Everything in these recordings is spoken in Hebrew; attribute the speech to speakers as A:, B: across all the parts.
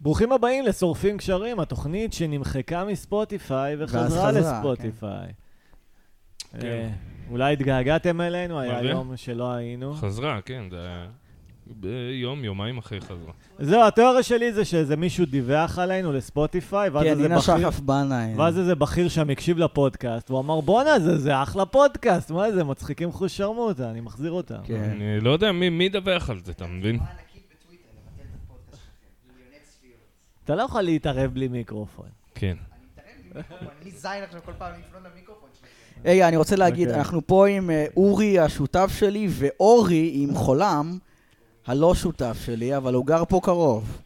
A: ברוכים הבאים לשורפים קשרים, התוכנית שנמחקה מספוטיפיי
B: ואז
A: וחזרה
B: חזרה,
A: לספוטיפיי.
C: כן.
A: אה, אולי התגעגעתם אלינו, היה
C: מה זה?
A: יום שלא היינו.
C: חזרה, כן, זה היה ביום, יומיים אחרי חזרה.
A: זהו, התיאוריה שלי זה שאיזה מישהו דיווח עלינו לספוטיפיי, ואז
B: כן,
A: איזה
B: נינה
A: בכיר-
B: שחף בנאי.
A: ואז איזה בכיר שם הקשיב לפודקאסט, הוא אמר, בואנה, זה- זה אחלה פודקאסט, מה זה, מצחיקים חושרמוטה, אני מחזיר אותם.
B: כן.
C: אני לא יודע מי מי ידווח על זה, אתה מבין?
A: אתה לא יכול להתערב בלי מיקרופון.
C: כן.
D: אני זין עכשיו כל פעם לפנות למיקרופון שלך.
B: רגע, אני רוצה להגיד,
A: אוקיי.
B: אנחנו פה עם אה, אורי השותף שלי, ואורי עם חולם, הלא שותף שלי, אבל הוא גר פה קרוב.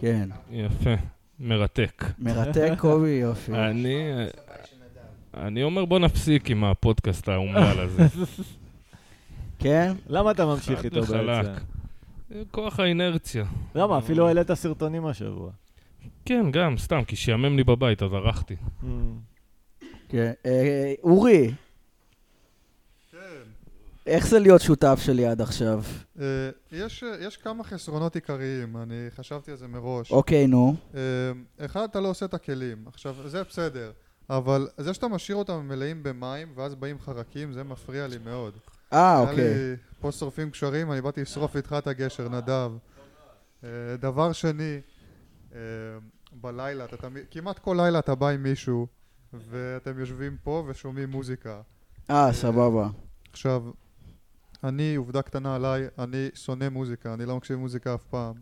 B: כן.
C: יפה, מרתק.
B: מרתק, קובי, יופי.
A: אה.
C: אני... אני אומר בוא נפסיק עם הפודקאסט האומלל הזה.
B: כן?
A: למה אתה ממשיך
C: חד
A: איתו
C: וחלק. אה.
A: בעצם?
C: כוח האינרציה.
A: למה? אפילו העלית סרטונים השבוע.
C: כן, גם, סתם, כי שיאמם לי בבית, אז ערכתי.
A: Mm.
C: אה.
B: כן. אה, אורי, איך זה להיות שותף שלי עד עכשיו?
E: אה, יש, אה, יש כמה חסרונות עיקריים, אני חשבתי על זה מראש.
B: אוקיי, נו.
E: אה, אחד, אתה לא עושה את הכלים. עכשיו, זה בסדר, אבל זה שאתה משאיר אותם מלאים במים ואז באים חרקים, זה מפריע לי מאוד.
B: אה,
E: היה
B: אוקיי.
E: לי פה שורפים קשרים, אני באתי לשרוף איתך את הגשר, נדב. אה, דבר שני, אה, בלילה, אתה תמיד, כמעט כל לילה אתה בא עם מישהו, ואתם יושבים פה ושומעים מוזיקה.
B: אה, סבבה.
E: עכשיו, אני, עובדה קטנה עליי, אני שונא מוזיקה, אני לא מקשיב למוזיקה אף פעם.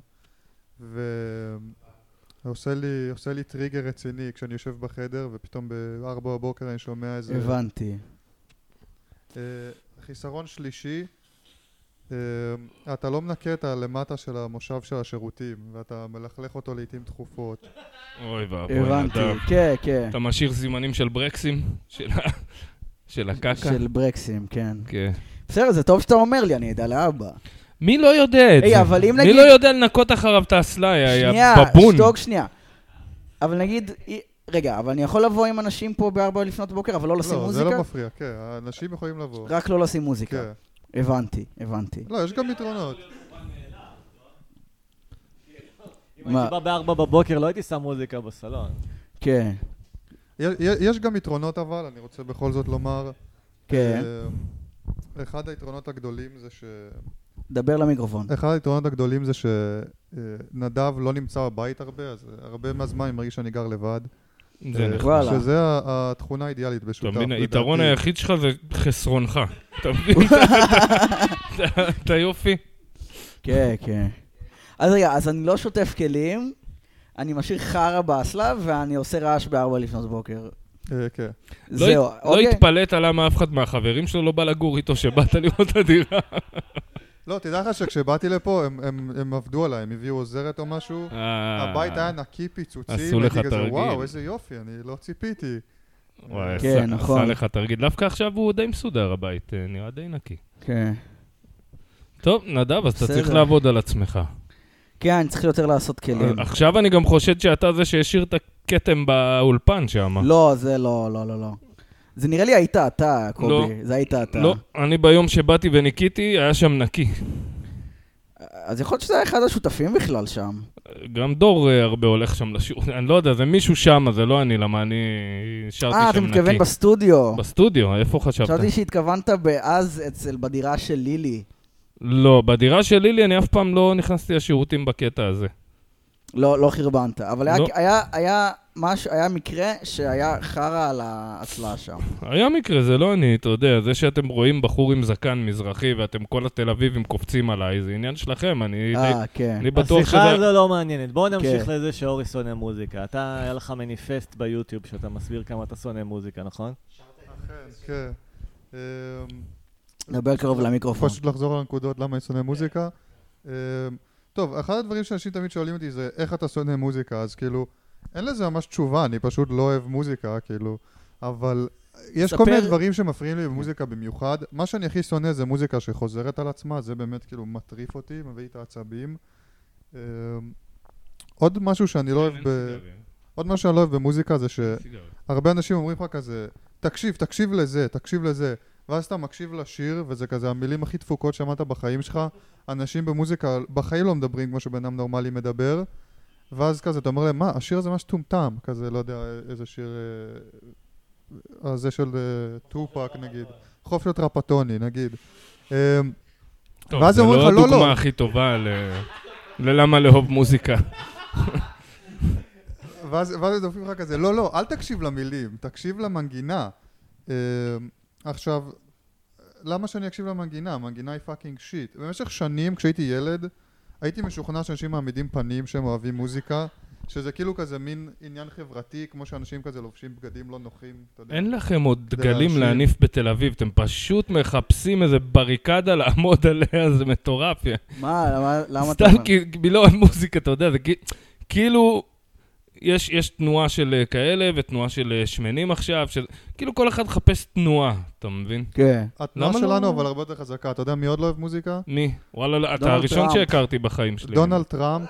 E: ועושה לי, עושה לי טריגר רציני כשאני יושב בחדר, ופתאום ב-4 בבוקר אני שומע איזה...
B: הבנתי.
E: אה, חיסרון שלישי, אה, אתה לא מנקה את הלמטה של המושב של השירותים, ואתה מלכלך אותו לעיתים תכופות.
B: לא
C: אוי ואבוי,
B: הבנתי.
C: נדב.
B: כן, כן.
C: אתה משאיר סימנים של ברקסים? של ה- של הקקה?
B: של ברקסים, כן.
C: כן.
B: בסדר, זה טוב שאתה אומר לי, אני אדע לאבא.
C: מי לא יודע את
B: היי,
C: זה?
B: אבל אם
C: מי
B: נגיד-
C: לא יודע לנקות אחריו את האסלאי,
B: שנייה,
C: הבבון.
B: שתוק שנייה. אבל נגיד, אי- רגע, אבל אני יכול לבוא עם אנשים פה בארבע לפנות בוקר, אבל לא לשים
E: לא, זה
B: מוזיקה?
E: לא מפריע, כן, האנשים יכולים לבוא.
B: רק לא לשים מוזיקה.
E: כן.
B: הבנתי, הבנתי.
E: לא, יש גם יתרונות.
A: אם
B: מה?
A: הייתי בא בארבע בבוקר, לא הייתי שם מוזיקה בסלון.
B: כן,
E: יש- יש גם יתרונות אבל, אני רוצה בכל זאת לומר.
B: כן.
E: אה, אחד היתרונות הגדולים זה ש...
B: דבר למיקרופון.
E: אחד היתרונות הגדולים זה שנדב לא נמצא בבית הרבה, אז הרבה מהזמן אני מרגיש שאני גר לבד.
C: זה
E: אה,
C: נחמד.
B: וואלה.
E: שזה ה- התכונה האידיאלית
C: אתה
E: בשותף.
C: מבין,
E: לדעתי.
C: היתרון היחיד שלך זה חסרונך. אתה מבין? אתה- אתה יופי.
B: כן, כן. אז רגע, אז אני לא שוטף כלים, אני משאיר חרא באסלה, ואני עושה רעש בארבע לפנות בוקר.
E: אה, כן.
C: לא
B: זהו,
C: הת- לא
B: אוקיי.
C: התפלאת למה אף אחד מהחברים שלו לא בא לגור איתו שבאת לראות את הדירה.
E: לא, תדע לך שכשבאתי לפה, הם- הם הם עבדו עליי, הם הביאו עוזרת או משהו. הבית היה נקי פיצוצי,
C: אה. עשו לך תרגיל.
E: וואו, איזה יופי, אני לא ציפיתי.
C: וואי,
B: כן,
C: עשה-
B: נכון.
C: עשה לך תרגיל. דווקא עכשיו הוא די מסודר הבית, אה, נראה די נקי.
B: כן.
C: טוב, נדב, אז אתה
B: בסדר.
C: צריך לעבוד על עצמך. אה,
B: כן, אני צריך יותר לעשות כלים.
C: עכשיו אני גם חושד שאתה זה שהשאיר את הכתם באולפן שם.
B: לא, זה לא, לא, לא, לא. זה נראה לי היית אתה, קובי.
C: לא.
B: זה היית אתה.
C: לא, אני ביום שבאתי וניקיתי, היה שם נקי.
B: אז יכול להיות שזה היה אחד השותפים בכלל שם.
C: גם דור אה, הרבה הולך שם לשיעור, אני לא יודע, זה מישהו שם, זה לא אני, למה אני שרתי שם נקי.
B: אה, אתה מתכוון בסטודיו.
C: בסטודיו, איפה חשבת?
B: חשבתי שהתכוונת באז אצל, בדירה של לילי.
C: לא, בדירה של לילי אני אף פעם לא נכנסתי לשירותים בקטע הזה.
B: לא, לא חרבנת. אבל היה,
C: לא.
B: היה, היה, משהו, היה מקרה שהיה חרא על האסלה שם.
C: היה מקרה, זה לא אני, אתה יודע, זה שאתם רואים בחור עם זקן מזרחי ואתם כל התל אביבים קופצים עליי, זה עניין שלכם, אני,
B: אה, כן.
C: אני בטוח שזה...
A: השיחה הזו לא מעניינת. בואו נמשיך
B: כן.
A: לזה שאורי שונא מוזיקה. אתה, היה לך מניפסט ביוטיוב שאתה מסביר כמה אתה שונא מוזיקה, נכון?
E: אכן, כן. אמ,
B: דבר קרוב למיקרופון.
E: פשוט לחזור על הנקודות למה אני שונא מוזיקה. אמ, טוב, אחד הדברים שאנשים תמיד שואלים אותי זה איך אתה שונא מוזיקה, אז כאילו, אין לזה ממש תשובה, אני פשוט לא אוהב מוזיקה, כאילו, אבל יש כל מיני
B: ספר-
E: דברים שמפריעים לי במוזיקה במיוחד. מה שאני הכי שונא זה מוזיקה שחוזרת על עצמה, זה באמת כאילו מטריף אותי, מביא את העצבים. אמ, עוד משהו שאני לא אוהב ב... עוד משהו שאני לא אוהב במוזיקה זה ש... הרבה אנשים אומרים לך כזה, תקשיב, תקשיב לזה, תקשיב לזה. ואז אתה מקשיב לשיר, וזה כזה המילים הכי דפוקות שמעת בחיים שלך. אנשים במוזיקה בחיים לא מדברים כמו שבן אדם נורמלי מדבר. ואז כזה, אתה אומר להם, מה, השיר הזה ממש טומטם, כזה, לא יודע איזה שיר... אה, הזה של אה, טופק נגיד. חופשות רפטוני נגיד. אה,
C: טוב,
E: ואז
C: זה
E: אומרים
C: לא
E: לך, לא, לא.
C: הדוגמה הכי טובה ל... ללמה לאהוב מוזיקה.
E: ואז ואז הם דופקים לך כזה, לא, לא, אל תקשיב למילים, תקשיב למנגינה. אה, עכשיו, למה שאני אקשיב למנגינה? המנגינה היא פאקינג שיט. במשך שנים, כשהייתי ילד, הייתי משוכנע שאנשים מעמידים פנים שהם אוהבים מוזיקה, שזה כאילו כזה מין עניין חברתי, כמו שאנשים כזה לובשים בגדים לא נוחים, אתה יודע.
C: אין לכם עוד דגלים
E: להשאיר.
C: להניף בתל אביב, אתם פשוט מחפשים איזה בריקדה לעמוד עליה, זה מטורף. יא.
B: מה, למה- למה אתה
C: סתם
B: אומר?
C: כי כי לא אין מוזיקה, אתה יודע, זה כי- כאילו... יש, יש תנועה של אה, כאלה ותנועה של אה, שמנים עכשיו, של... כאילו כל אחד מחפש תנועה, אתה מבין?
B: כן.
E: התנועה
C: למה לא?
E: שלנו אבל הרבה יותר חזקה. אתה יודע מי עוד לא אוהב מוזיקה?
C: מי? וואלה, לא, אתה
B: דונלד
C: הראשון
B: טראמפ.
C: שהכרתי בחיים שלי.
E: דונלד טראמפ.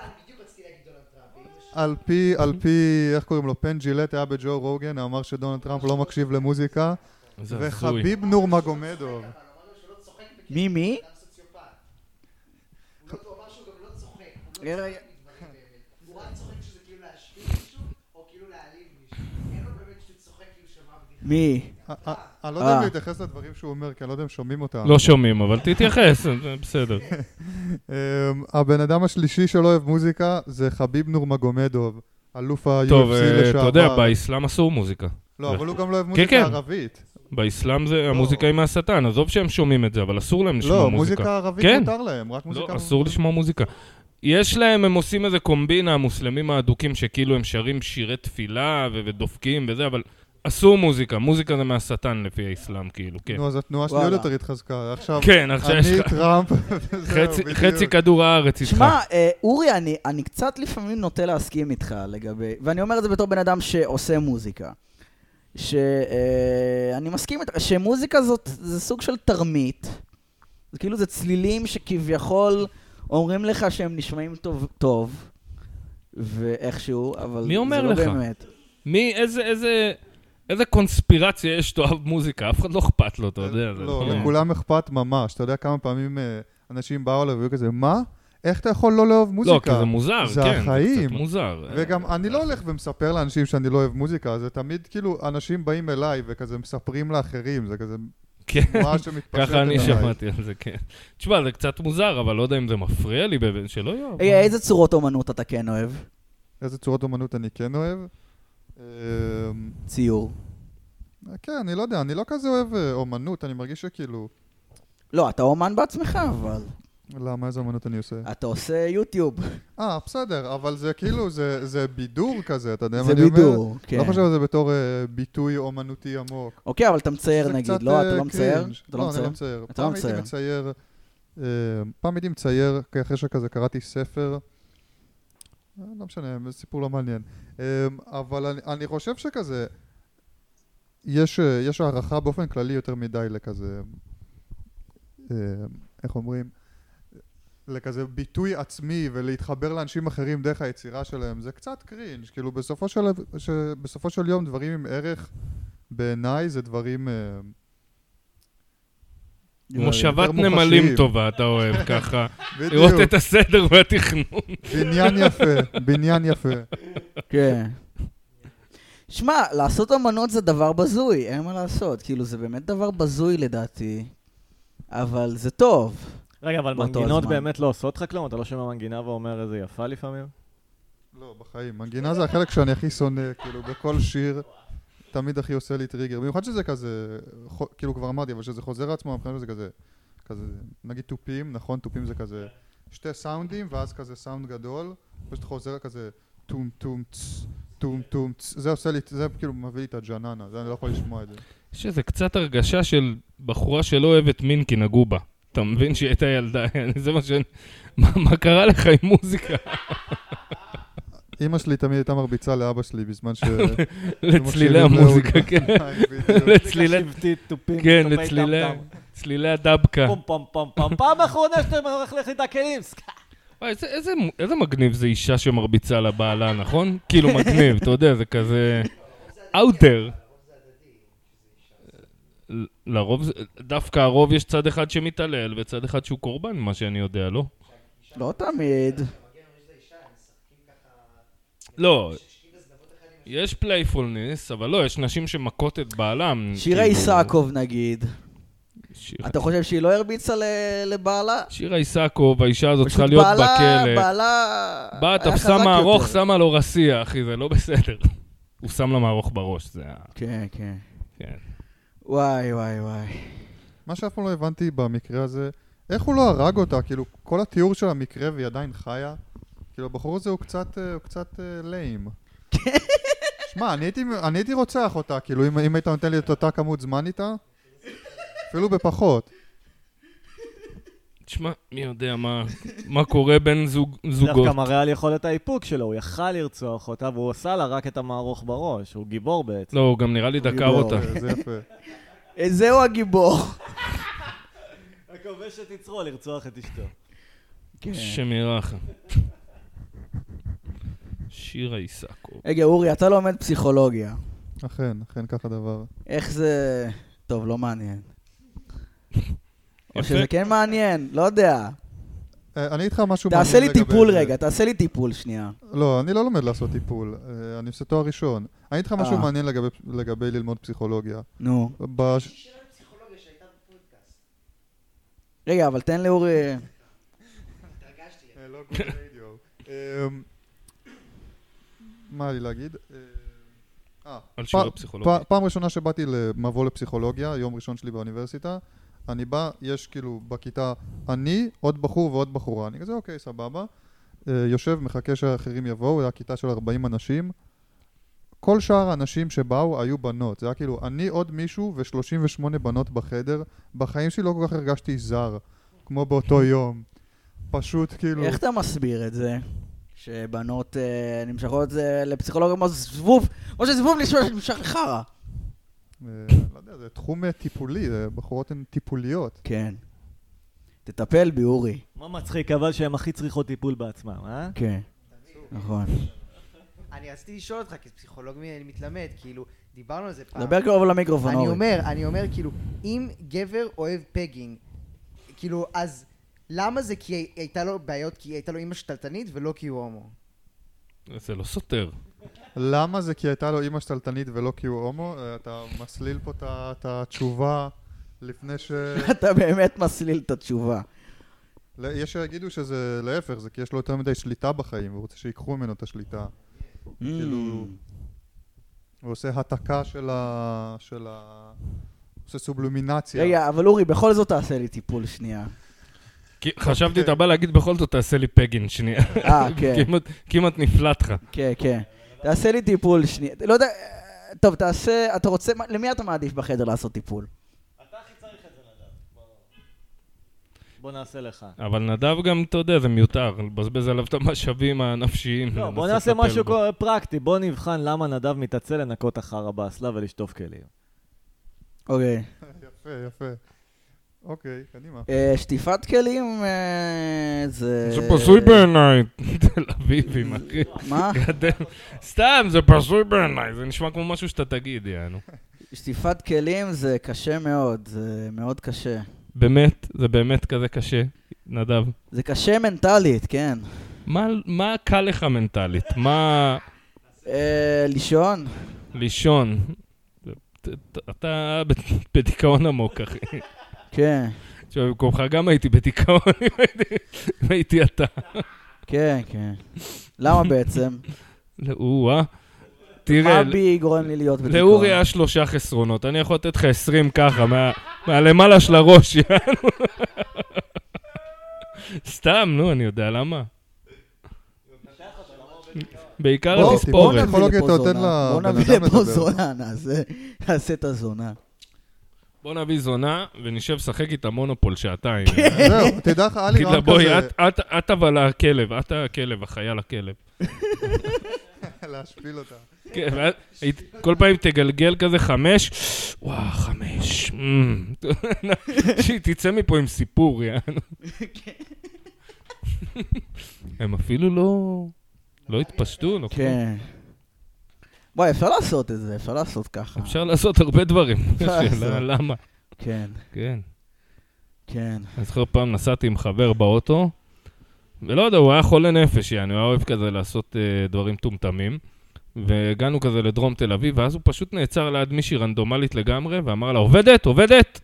E: על פי, על פי, איך קוראים לו? פן ג'ילט היה בג'ו רוגן, אמר שדונלד טראמפ לא מקשיב למוזיקה.
C: זה הזוי.
E: וחביב נורמגומדוב. אה,
B: מי, מי?
D: הוא לא- הוא אמר שהוא גם לא צוחק. הוא לא
B: רגע, רגע.
D: צוחק מדברים באמת. הוא רק צוחק שזה כאילו להשפיל מישהו, או כאילו להעליב מישהו. אין לו באמת שהוא צוחק כאילו שמע בדיחה.
B: מי?
E: אה, אה, אני לא יודע אם
B: אה.
E: להתייחס לדברים שהוא אומר, כי אני לא יודע אם שומעים אותם.
C: לא שומעים, אבל תתייחס, זה בסדר.
E: אמ, הבן אדם השלישי שלא אוהב מוזיקה זה חביב נורמגומדוב, אלוף ה-UFC
C: טוב, אה,
E: לשעבר.
C: אתה יודע, באסלאם אסור מוזיקה.
E: לא, אבל הוא גם לא אוהב
C: כן.
E: מוזיקה ערבית.
C: באסלאם
B: לא.
C: זה, המוזיקה היא מהשטן, עזוב שהם שומעים את זה, אבל אסור להם לשמוע
E: לא,
C: מוזיקה.
E: מוזיקה ערבית
C: כן.
E: מותר להם, רק מוזיקה...
C: לא, אסור לשמוע מוזיקה. יש להם, הם עושים איזה קומבינה, המוסלמים האדוקים, שכאילו הם שרים שירי תפילה ו- ודופקים וזה, אבל אסור מוזיקה, מוזיקה זה מהשטן לפי האסלאם, כאילו, כן.
E: נו, אז התנועה שלי עוד
B: וואלה.
E: יותר התחזקה. עכשיו,
C: כן, עכשיו יש
E: אני
C: לך
E: טראמפ, וזהו,
C: חצי-
E: בדיוק.
C: חצי כדור הארץ איתך.
B: שמע, אה, אורי, אני, אני קצת לפעמים נוטה להסכים איתך לגבי, ואני אומר את זה בתור בן אדם שעושה מוזיקה. שאני מסכים איתך, שמוזיקה זאת, זה סוג של תרמית. זה כאילו זה צלילים שכביכול אומרים לך שהם נשמעים טוב, טוב ואיכשהו, אבל
C: מי אומר
B: זה לא
C: לך?
B: באמת.
C: מי, איזה, איזה, איזה קונספירציה יש שתאהב מוזיקה? אף אחד לא אכפת לו, אתה יודע. זה
E: לא, לכולם אכפת ממש. אתה יודע כמה פעמים אה, אנשים באו אליו והיו כזה, מה? איך אתה יכול לא לאהוב
C: לא, כי
E: מוזיקה?
C: זה מוזר,
E: זה
C: כן, זה
E: החיים.
C: קצת מוזר.
E: וגם אני לא הולך ומספר לאנשים שאני לא אוהב מוזיקה, זה תמיד כאילו, אנשים באים אליי וכזה מספרים לאחרים, זה כזה
C: כן.
E: תנועה שמתפשטת
C: ככה אני
E: עליי.
C: שמעתי על זה, כן. תשמע, זה קצת מוזר, אבל לא יודע אם זה מפריע לי, בבין שלא יאהב.
B: רגע, אה, איזה צורות אומנות אתה כן אוהב?
E: איזה צורות אומנות אני כן אוהב. אמ,
B: ציור.
E: כן, אני לא יודע, אני לא כזה אוהב אה, אומנות, אני מרגיש שכאילו,
B: לא, אתה אומן בעצמך, אבל
E: למה איזה אומנות אני עושה?
B: אתה עושה יוטיוב.
E: אה, בסדר, אבל זה כאילו, זה זה בידור כזה, אתה יודע מה
B: זה
E: אני אומר?
B: בידור, כן.
E: לא חושב על זה בתור אה, ביטוי אומנותי עמוק.
B: אוקיי, אבל אתה מצייר
E: זה
B: נגיד,
E: קצת,
B: לא? אתה
E: אה,
B: לא מצייר?
E: קרינג'.
B: אתה לא
E: אני
B: מצייר?
E: לא מצייר.
B: אתה לא
E: פעם הייתי
B: מצייר.
E: מצייר, אה, פעם הייתי מצייר, כי אחרי שכזה קראתי ספר, אה, לא משנה, זה סיפור לא מעניין. אה, אבל אני- אני חושב שכזה, יש אה, יש הערכה באופן כללי יותר מדי לכזה, אה, איך אומרים? לכזה ביטוי עצמי ולהתחבר לאנשים אחרים דרך היצירה שלהם זה קצת קרינג' כאילו בסופו של, ש, בסופו של יום דברים עם ערך בעיניי זה דברים אה,
C: מושבת
E: יותר מוחשיים.
C: נמלים טובה, אתה אוהב ככה. לראות
E: בדיוק,
C: את הסדר והתכנון.
E: בניין יפה, בניין יפה.
B: כן. שמע, לעשות אמנות זה דבר בזוי, אין מה לעשות. כאילו, זה באמת דבר בזוי לדעתי, אבל זה טוב.
A: רגע, אבל
B: באותו
A: מנגינות
B: הזמן.
A: באמת לא עושות לך כלום? אתה לא שומע מנגינה ואומר איזה יפה לפעמים?
E: לא, בחיים. מנגינה זה החלק שאני הכי שונא, כאילו, בכל שיר, תמיד הכי עושה לי טריגר. במיוחד שזה כזה, חו- כאילו כבר אמרתי, אבל שזה חוזר על עצמו, מבחינת שזה כזה, כזה, נגיד תופים, נכון? תופים זה כזה שתי סאונדים, ואז כזה סאונד גדול, פשוט חוזר כזה טום טום צ, טום טום צ, זה עושה לי, זה כאילו מביא לי את הג'ננה, זה אני לא יכול לשמוע את זה.
C: יש איזה קצת הרגשה של בחורה שלא אוהבת מין כי נגעו בה. אתה מבין שהיא הייתה ילדה, זה מה ש... מה מה קרה לך עם מוזיקה?
E: אימא שלי תמיד הייתה מרביצה לאבא שלי בזמן ש...
C: לצלילי המוזיקה, כן.
E: בדיוק.
C: לצלילי...
A: שבטית, תופים,
C: כן,
A: תופי
C: לצלילי...
A: טם-טם.
C: צלילי הדבקה.
A: פום פום פום פום, פעם אחרונה שאתה הולך לי את הכלים.
C: וואי, איזה, איזה, איזה מגניב זה אישה שמרביצה לבעלה, נכון? כאילו מגניב, אתה יודע, זה כזה... אאוטר. ל- לרוב, זה- דווקא הרוב יש צד אחד שמתעלל וצד אחד שהוא קורבן, מה שאני יודע, לא?
B: לא תמיד.
C: כן, לא. יש פלייפולנס, אבל לא, יש נשים שמכות את בעלם.
B: שירה
C: כאילו, כן.
B: איסקוב נגיד.
C: שירה-
B: אתה חושב שהיא לא הרביצה ל- לבעלה?
C: שירה איסקוב, האישה הזאת צריכה
B: פשוט
C: להיות
B: בעלה-
C: בכלא.
B: בעלה...
C: באה,
B: היה
C: תפסה
B: חזק
C: מערוך,
B: יותר.
C: שמה לו רסיע, אחי, זה לא בסדר. הוא שם לה מערוך בראש, זה ה...
B: כן, כן.
C: כן.
B: וואי, וואי, וואי.
E: מה שאף פעם לא הבנתי במקרה הזה, איך הוא לא הרג אותה? כאילו, כל התיאור של המקרה והיא עדיין חיה, כאילו, הבחור הזה הוא קצת, אה, הוא קצת אה, ליים.
B: כן.
E: שמע, אני הייתי, אני הייתי רוצח אותה, כאילו, אם, אם היית נותן לי את אותה כמות זמן איתה, אפילו בפחות.
C: תשמע, מי יודע מה- מה קורה בין זוג- זוגות.
A: דווקא מראה על יכולת האיפוק שלו, הוא יכל לרצוח אותה והוא עשה לה רק את המערוך בראש, הוא גיבור בעצם.
C: לא, הוא גם נראה לי דקר
E: גיבור,
C: אותה.
A: לא,
E: אה, זה יפה.
B: אה, זהו הגיבור.
A: הכובש את יצרו לרצוח את אשתו.
B: כן.
C: שמירחה. שירה איסקוב.
B: רגע, אורי, אתה לומד פסיכולוגיה.
E: אכן, אכן ככה דבר.
B: איך זה... טוב, לא מעניין. או
C: יפה.
B: שזה כן מעניין, לא יודע.
E: אה, אני אגיד לך משהו
B: תעשה
E: מעניין
B: לי
E: לגבי
B: טיפול
E: זה.
B: רגע, תעשה לי טיפול שנייה.
E: לא, אני לא לומד לעשות טיפול, אה, אני עושה תואר ראשון. אני אגיד לך משהו
B: אה.
E: מעניין לגבי, לגבי ללמוד פסיכולוגיה.
B: נו.
E: בש...
B: רגע, אבל תן לאורי...
E: אה, לא גוד רדיו. אמ, מה לי להגיד? אה, אה,
C: על
E: פ-
C: שירה פסיכולוגית.
E: פ- פעם ראשונה שבאתי למבוא לפסיכולוגיה, יום ראשון שלי באוניברסיטה, אני בא, יש כאילו בכיתה אני, עוד בחור ועוד בחורה. אני כזה, אוקיי, סבבה. אה, יושב, מחכה שהאחרים יבואו, זו הייתה כיתה של 40 אנשים. כל שאר האנשים שבאו היו בנות. זה היה כאילו, אני עוד מישהו ו-38 בנות בחדר. בחיים שלי לא כל כך הרגשתי זר, כמו באותו יום. פשוט כאילו...
B: איך אתה מסביר את זה? שבנות אה, נמשכות אה, לפסיכולוג כמו זבוב, כמו שזבוב נשמע- נמשך לחרא.
E: אה, לא יודע, זה תחום אה, טיפולי, אה, בחורות הן טיפוליות.
B: כן. תטפל בי, אורי.
A: מה מצחיק אבל שהן הכי צריכות טיפול בעצמם, אה?
B: כן. נכון.
D: אני רציתי לשאול אותך, כי פסיכולוג מ- אני מתלמד, כאילו, דיברנו על זה פעם.
B: דבר קרוב למיקרופון,
D: אני
B: אורי.
D: אומר, אני אומר, כאילו, אם גבר אוהב פגינג, כאילו, אז למה זה כי הי- הייתה לו בעיות, כי הייתה לו אימא שתלטנית ולא כי הוא הומו?
C: זה לא סותר.
E: למה זה כי הייתה לו אימא שתלטנית ולא כי הוא הומו? אה, אתה מסליל פה את ה- את התשובה לפני ש...
B: אתה באמת מסליל את התשובה.
E: ל- יש שיגידו שזה להפך, זה כי יש לו יותר מדי שליטה בחיים, והוא רוצה שיקחו ממנו את השליטה. כאילו,
B: Mm.
E: הוא עושה העתקה של ה... של ה... הוא עושה סובלומינציה.
B: רגע, אבל אורי, בכל זאת תעשה לי טיפול שנייה.
C: כי
A: כן.
C: חשבתי, אתה בא להגיד בכל זאת, תעשה לי פגין שנייה.
B: אה, כן.
C: כמעט- כמעט נפלט לך.
B: כן, כן. תעשה לי טיפול שנייה. לא יודע... אה, טוב, תעשה... אתה רוצה... מה- למי אתה מעדיף בחדר לעשות טיפול?
A: בוא נעשה לך.
C: אבל נדב גם, אתה יודע, זה מיותר, לבזבז עליו את המשאבים הנפשיים.
A: לא, בוא
C: לנסות
A: נעשה
C: לטפל
A: משהו
C: בו.
A: כל- פרקטי, בוא נבחן למה נדב מתעצל לנקות אחר באסלה ולשטוף כלים.
B: אוקיי.
E: יפה, יפה. אוקיי, קדימה.
B: אה, שטיפת כלים אה, זה...
C: זה פסוי בעיניי, תל אביבים, אחי.
B: מה?
C: גדל. סתם, זה פסוי בעיניי, זה נשמע כמו משהו שאתה תגיד, יענו.
B: שטיפת כלים זה קשה מאוד, זה מאוד קשה.
C: באמת, זה באמת כזה קשה, נדב.
B: זה קשה מנטלית, כן.
C: מה- מה קל לך מנטלית? מה...
B: אה, לישון?
C: לישון. ת- ת- אתה ב- בדיכאון עמוק, אחי.
B: כן,
C: תשמע, במקומך גם הייתי בדיכאון, אם הייתי- אם הייתי אתה.
B: כן, כן. למה בעצם?
C: לא, או-אה.
B: מה
C: תראה,
B: בי גורם לי להיות בדיכאון?
C: לאורי היה שלושה חסרונות, אני יכול לתת לך עשרים ככה, מה- מהלמעלה של הראש, יענו. סתם, נו, אני יודע למה. בעיקר
E: בוא,
B: בוא
E: תספורת.
B: נביא
C: התספורת.
E: פסיכולוגיה
B: לפה
E: אתה נותן
B: זונה, בוא
E: לבן
B: נביא
E: אדם
B: לפה
E: לדבר.
B: זונה, נעשה- נעשה את הזונה.
C: בוא נביא זונה ונשב לשחק איתה מונופול שעתיים.
E: זהו, תדע לך, לא היה לי
C: תגיד לה,
E: רעיון
C: בואי,
E: כזה
C: את- את- את אבל הכלב, את הכלב, החייל הכלב.
E: להשפיל אותה.
C: כן, ואז היית- כל פעם תגלגל כזה חמש, וואה, חמש. אמ. שהיא תצא מפה עם סיפור, יענו. הם אפילו לא... לא התפשטו, לא כלום.
B: כן. וואי, אפשר לעשות את זה, אפשר לעשות ככה.
C: אפשר לעשות הרבה דברים.
B: אפשר
C: השאלה
B: לעשות.
C: למה?
B: כן,
C: כן.
B: כן.
C: אני זוכר פעם נסעתי עם חבר באוטו, ולא יודע, הוא היה חולה נפש, יעני, הוא היה אוהב כזה לעשות אה, דברים מטומטמים. והגענו כזה לדרום תל אביב, ואז הוא פשוט נעצר ליד מישהי רנדומלית לגמרי, ואמר לה, עובדת, עובדת!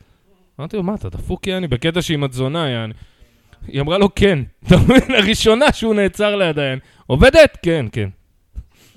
C: אמרתי לו, מה, אתה דפוק, יעני? בקטע שאם את זונה, יעני. היא אמרה לו, כן. אתה מבין, הראשונה שהוא נעצר לידה, יעני. עובדת? כן, כן.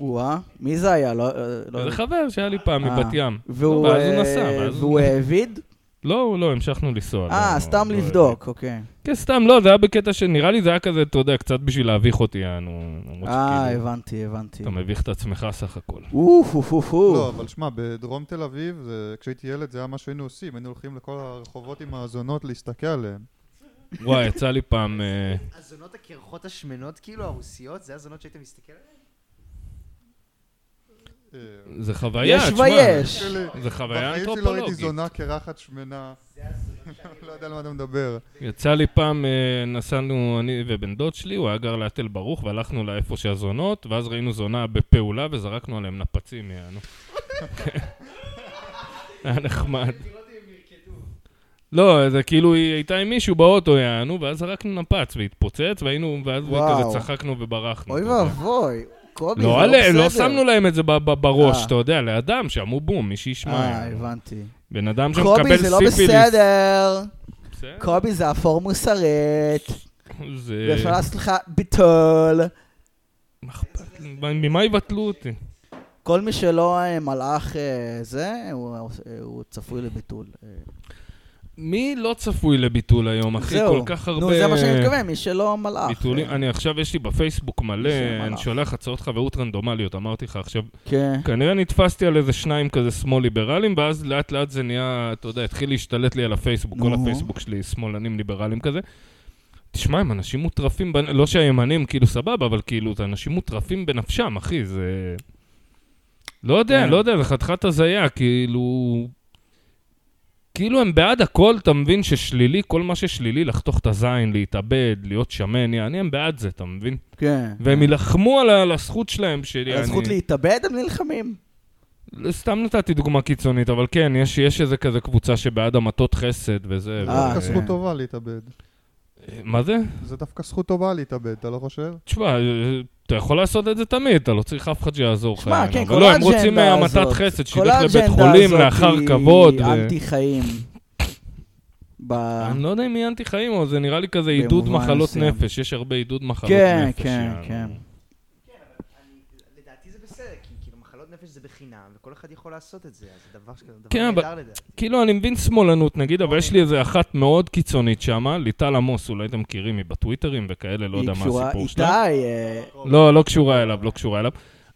B: וואה, אה? מי זה היה? לא... אה, לא
C: זה
B: יודע.
C: חבר שהיה לי פעם
B: אה.
C: מבת ים.
B: והוא...
C: ואז הוא
B: אה,
C: נסע, ואז הוא-
B: והוא העביד?
C: לא, לא, המשכנו לנסוע.
B: אה,
C: לא,
B: סתם
C: לא-
B: לבדוק, אוקיי.
C: כן, סתם, לא, זה היה בקטע שנראה לי זה היה כזה, אתה יודע, קצת בשביל להביך אותי, יענו. למרות
B: אה,
C: שכאילו,
B: הבנתי, הבנתי.
C: אתה מביך את עצמך סך הכל.
E: לא,
B: אוהו,
E: אבל שמע, בדרום תל אביב, זה- כשהייתי ילד זה היה מה שהיינו עושים, היינו הולכים לכל הרחובות עם הזונות להסתכל עליהן.
C: וואי, יצא לי פעם... אה,
D: הזונות הקרחות השמנות, כאילו, הרוסיות, זה הזונות שהיית מסתכל עליהן?
E: אה,
C: זה חוויה,
B: יש
C: תשמע.
B: ויש.
E: שלי.
C: זה חוויה
E: בחיים שלי לא ראיתי
C: אנתרופולוגית.
E: זונה קרחת שמנה. לא יודע על מה אתה מדבר.
C: יצא לי פעם, אה, נסענו, אני ובן דוד שלי, הוא היה גר לאטל ברוך, והלכנו לאיפה שהזונות, ואז ראינו זונה בפעולה וזרקנו עליהם נפצים, יענו. היה נחמד. לא, זה כאילו, היא הייתה עם מישהו באוטו, יענו, ואז זרקנו נפץ והתפוצץ, והיינו, ואז
B: וואו.
C: כזה צחקנו וברחנו.
B: אוי
C: אתה יודע.
B: ואבוי, קובי, זה
C: לא, עליהם,
B: בסדר.
C: לא שמנו להם את זה ב- ב- בראש,
B: אה.
C: אתה יודע, לאדם שאמרו בום, מי שישמע.
B: אה, הבנתי.
C: בן אדם
B: קובי,
C: שמקבל
B: זה לא
C: סיפיליס.
B: בסדר.
C: בסדר.
B: קובי, זה אפור מוסרית.
C: זה...
B: ואפשר לעשות לך ביטול.
C: מה אכפת לי? ממה יבטלו אותי?
B: כל מי שלא אה, מלאך אה, זה, הוא- אה, הוא צפוי לביטול. אה,
C: מי לא צפוי לביטול היום, אחי?
B: זהו.
C: כל כך הרבה...
B: נו, זה מה שאני מתכוון, מי שלא מלאך.
C: ביטולים.
B: אה, לא?
C: אני עכשיו, יש לי בפייסבוק מלא,
B: זה
C: אני
B: מלאך.
C: שולח הצעות חברות רנדומליות, אמרתי לך עכשיו.
B: כן.
C: כנראה נתפסתי על איזה שניים כזה שמאל ליברלים, ואז לאט לאט זה נהיה, אתה יודע, התחיל להשתלט לי על הפייסבוק, כל
B: נו.
C: הפייסבוק שלי שמאלנים ליברלים כזה. תשמע, הם אנשים מוטרפים, בנ- לא שהימנים כאילו סבבה, אבל כאילו, זה אנשים מוטרפים בנפשם, אחי, זה... לא יודע,
B: כן.
C: לא יודע, זה חתיכת הזיה, כאילו... כאילו הם בעד הכל, אתה מבין ששלילי, כל מה ששלילי, לחתוך את הזין, להתאבד, להיות שמן, יעני, הם בעד זה, אתה מבין?
B: כן.
C: והם יילחמו על ה- על הזכות שלהם, שלי,
B: על הזכות להתאבד הם נלחמים.
C: סתם נתתי דוגמה קיצונית, אבל כן, יש, יש איזה כזה קבוצה שבעד המתות חסד וזה.
E: זה
B: אה, כן.
E: דווקא זכות טובה להתאבד.
C: מה זה?
E: זה דווקא זכות טובה להתאבד, אתה לא חושב?
C: תשמע, אה, אתה יכול לעשות את זה תמיד, אתה לא צריך אף אחד שיעזור לך.
B: שמע,
C: יענו.
B: כן,
C: אבל
B: כל
C: לא, הם רוצים
B: האג'נדה
C: אה, המתת
B: הזאת-
C: חסד, שילך
B: כל
C: לבית
B: האג'נדה
C: חולים
B: הזאת
C: לאחר
B: היא
C: כבוד. ו-
B: אנטי חיים. ב...
C: אני לא יודע אם היא אנטי חיים, אבל זה נראה לי כזה עידוד
B: במובן
C: מחלות
B: מסוים.
C: נפש, יש הרבה עידוד מחלות
B: כן,
C: נפש. אה,
B: כן,
C: יענו.
B: כן.
D: כן, אבל אני- לדעתי זה בסדר, כי כאילו מחלות נפש זה בחינם, וכל אחד יכול לעשות את זה, אז זה דבר שכזה, דבר
C: כן, אבל-
D: נהדר לדעתי.
C: כאילו, אני מבין שמאלנות נגיד, אבל יש לי איזה אחת מאוד קיצונית שמה, ליטל עמוס, אולי אתם מכירים, היא בטוויטרים וכאלה, לא
B: היא
C: יודע מה
B: קשורה-
C: הסיפור
B: איתי,
C: שלה.
B: אה,
C: לא, לא קשורה אליו, לא קשורה אליו.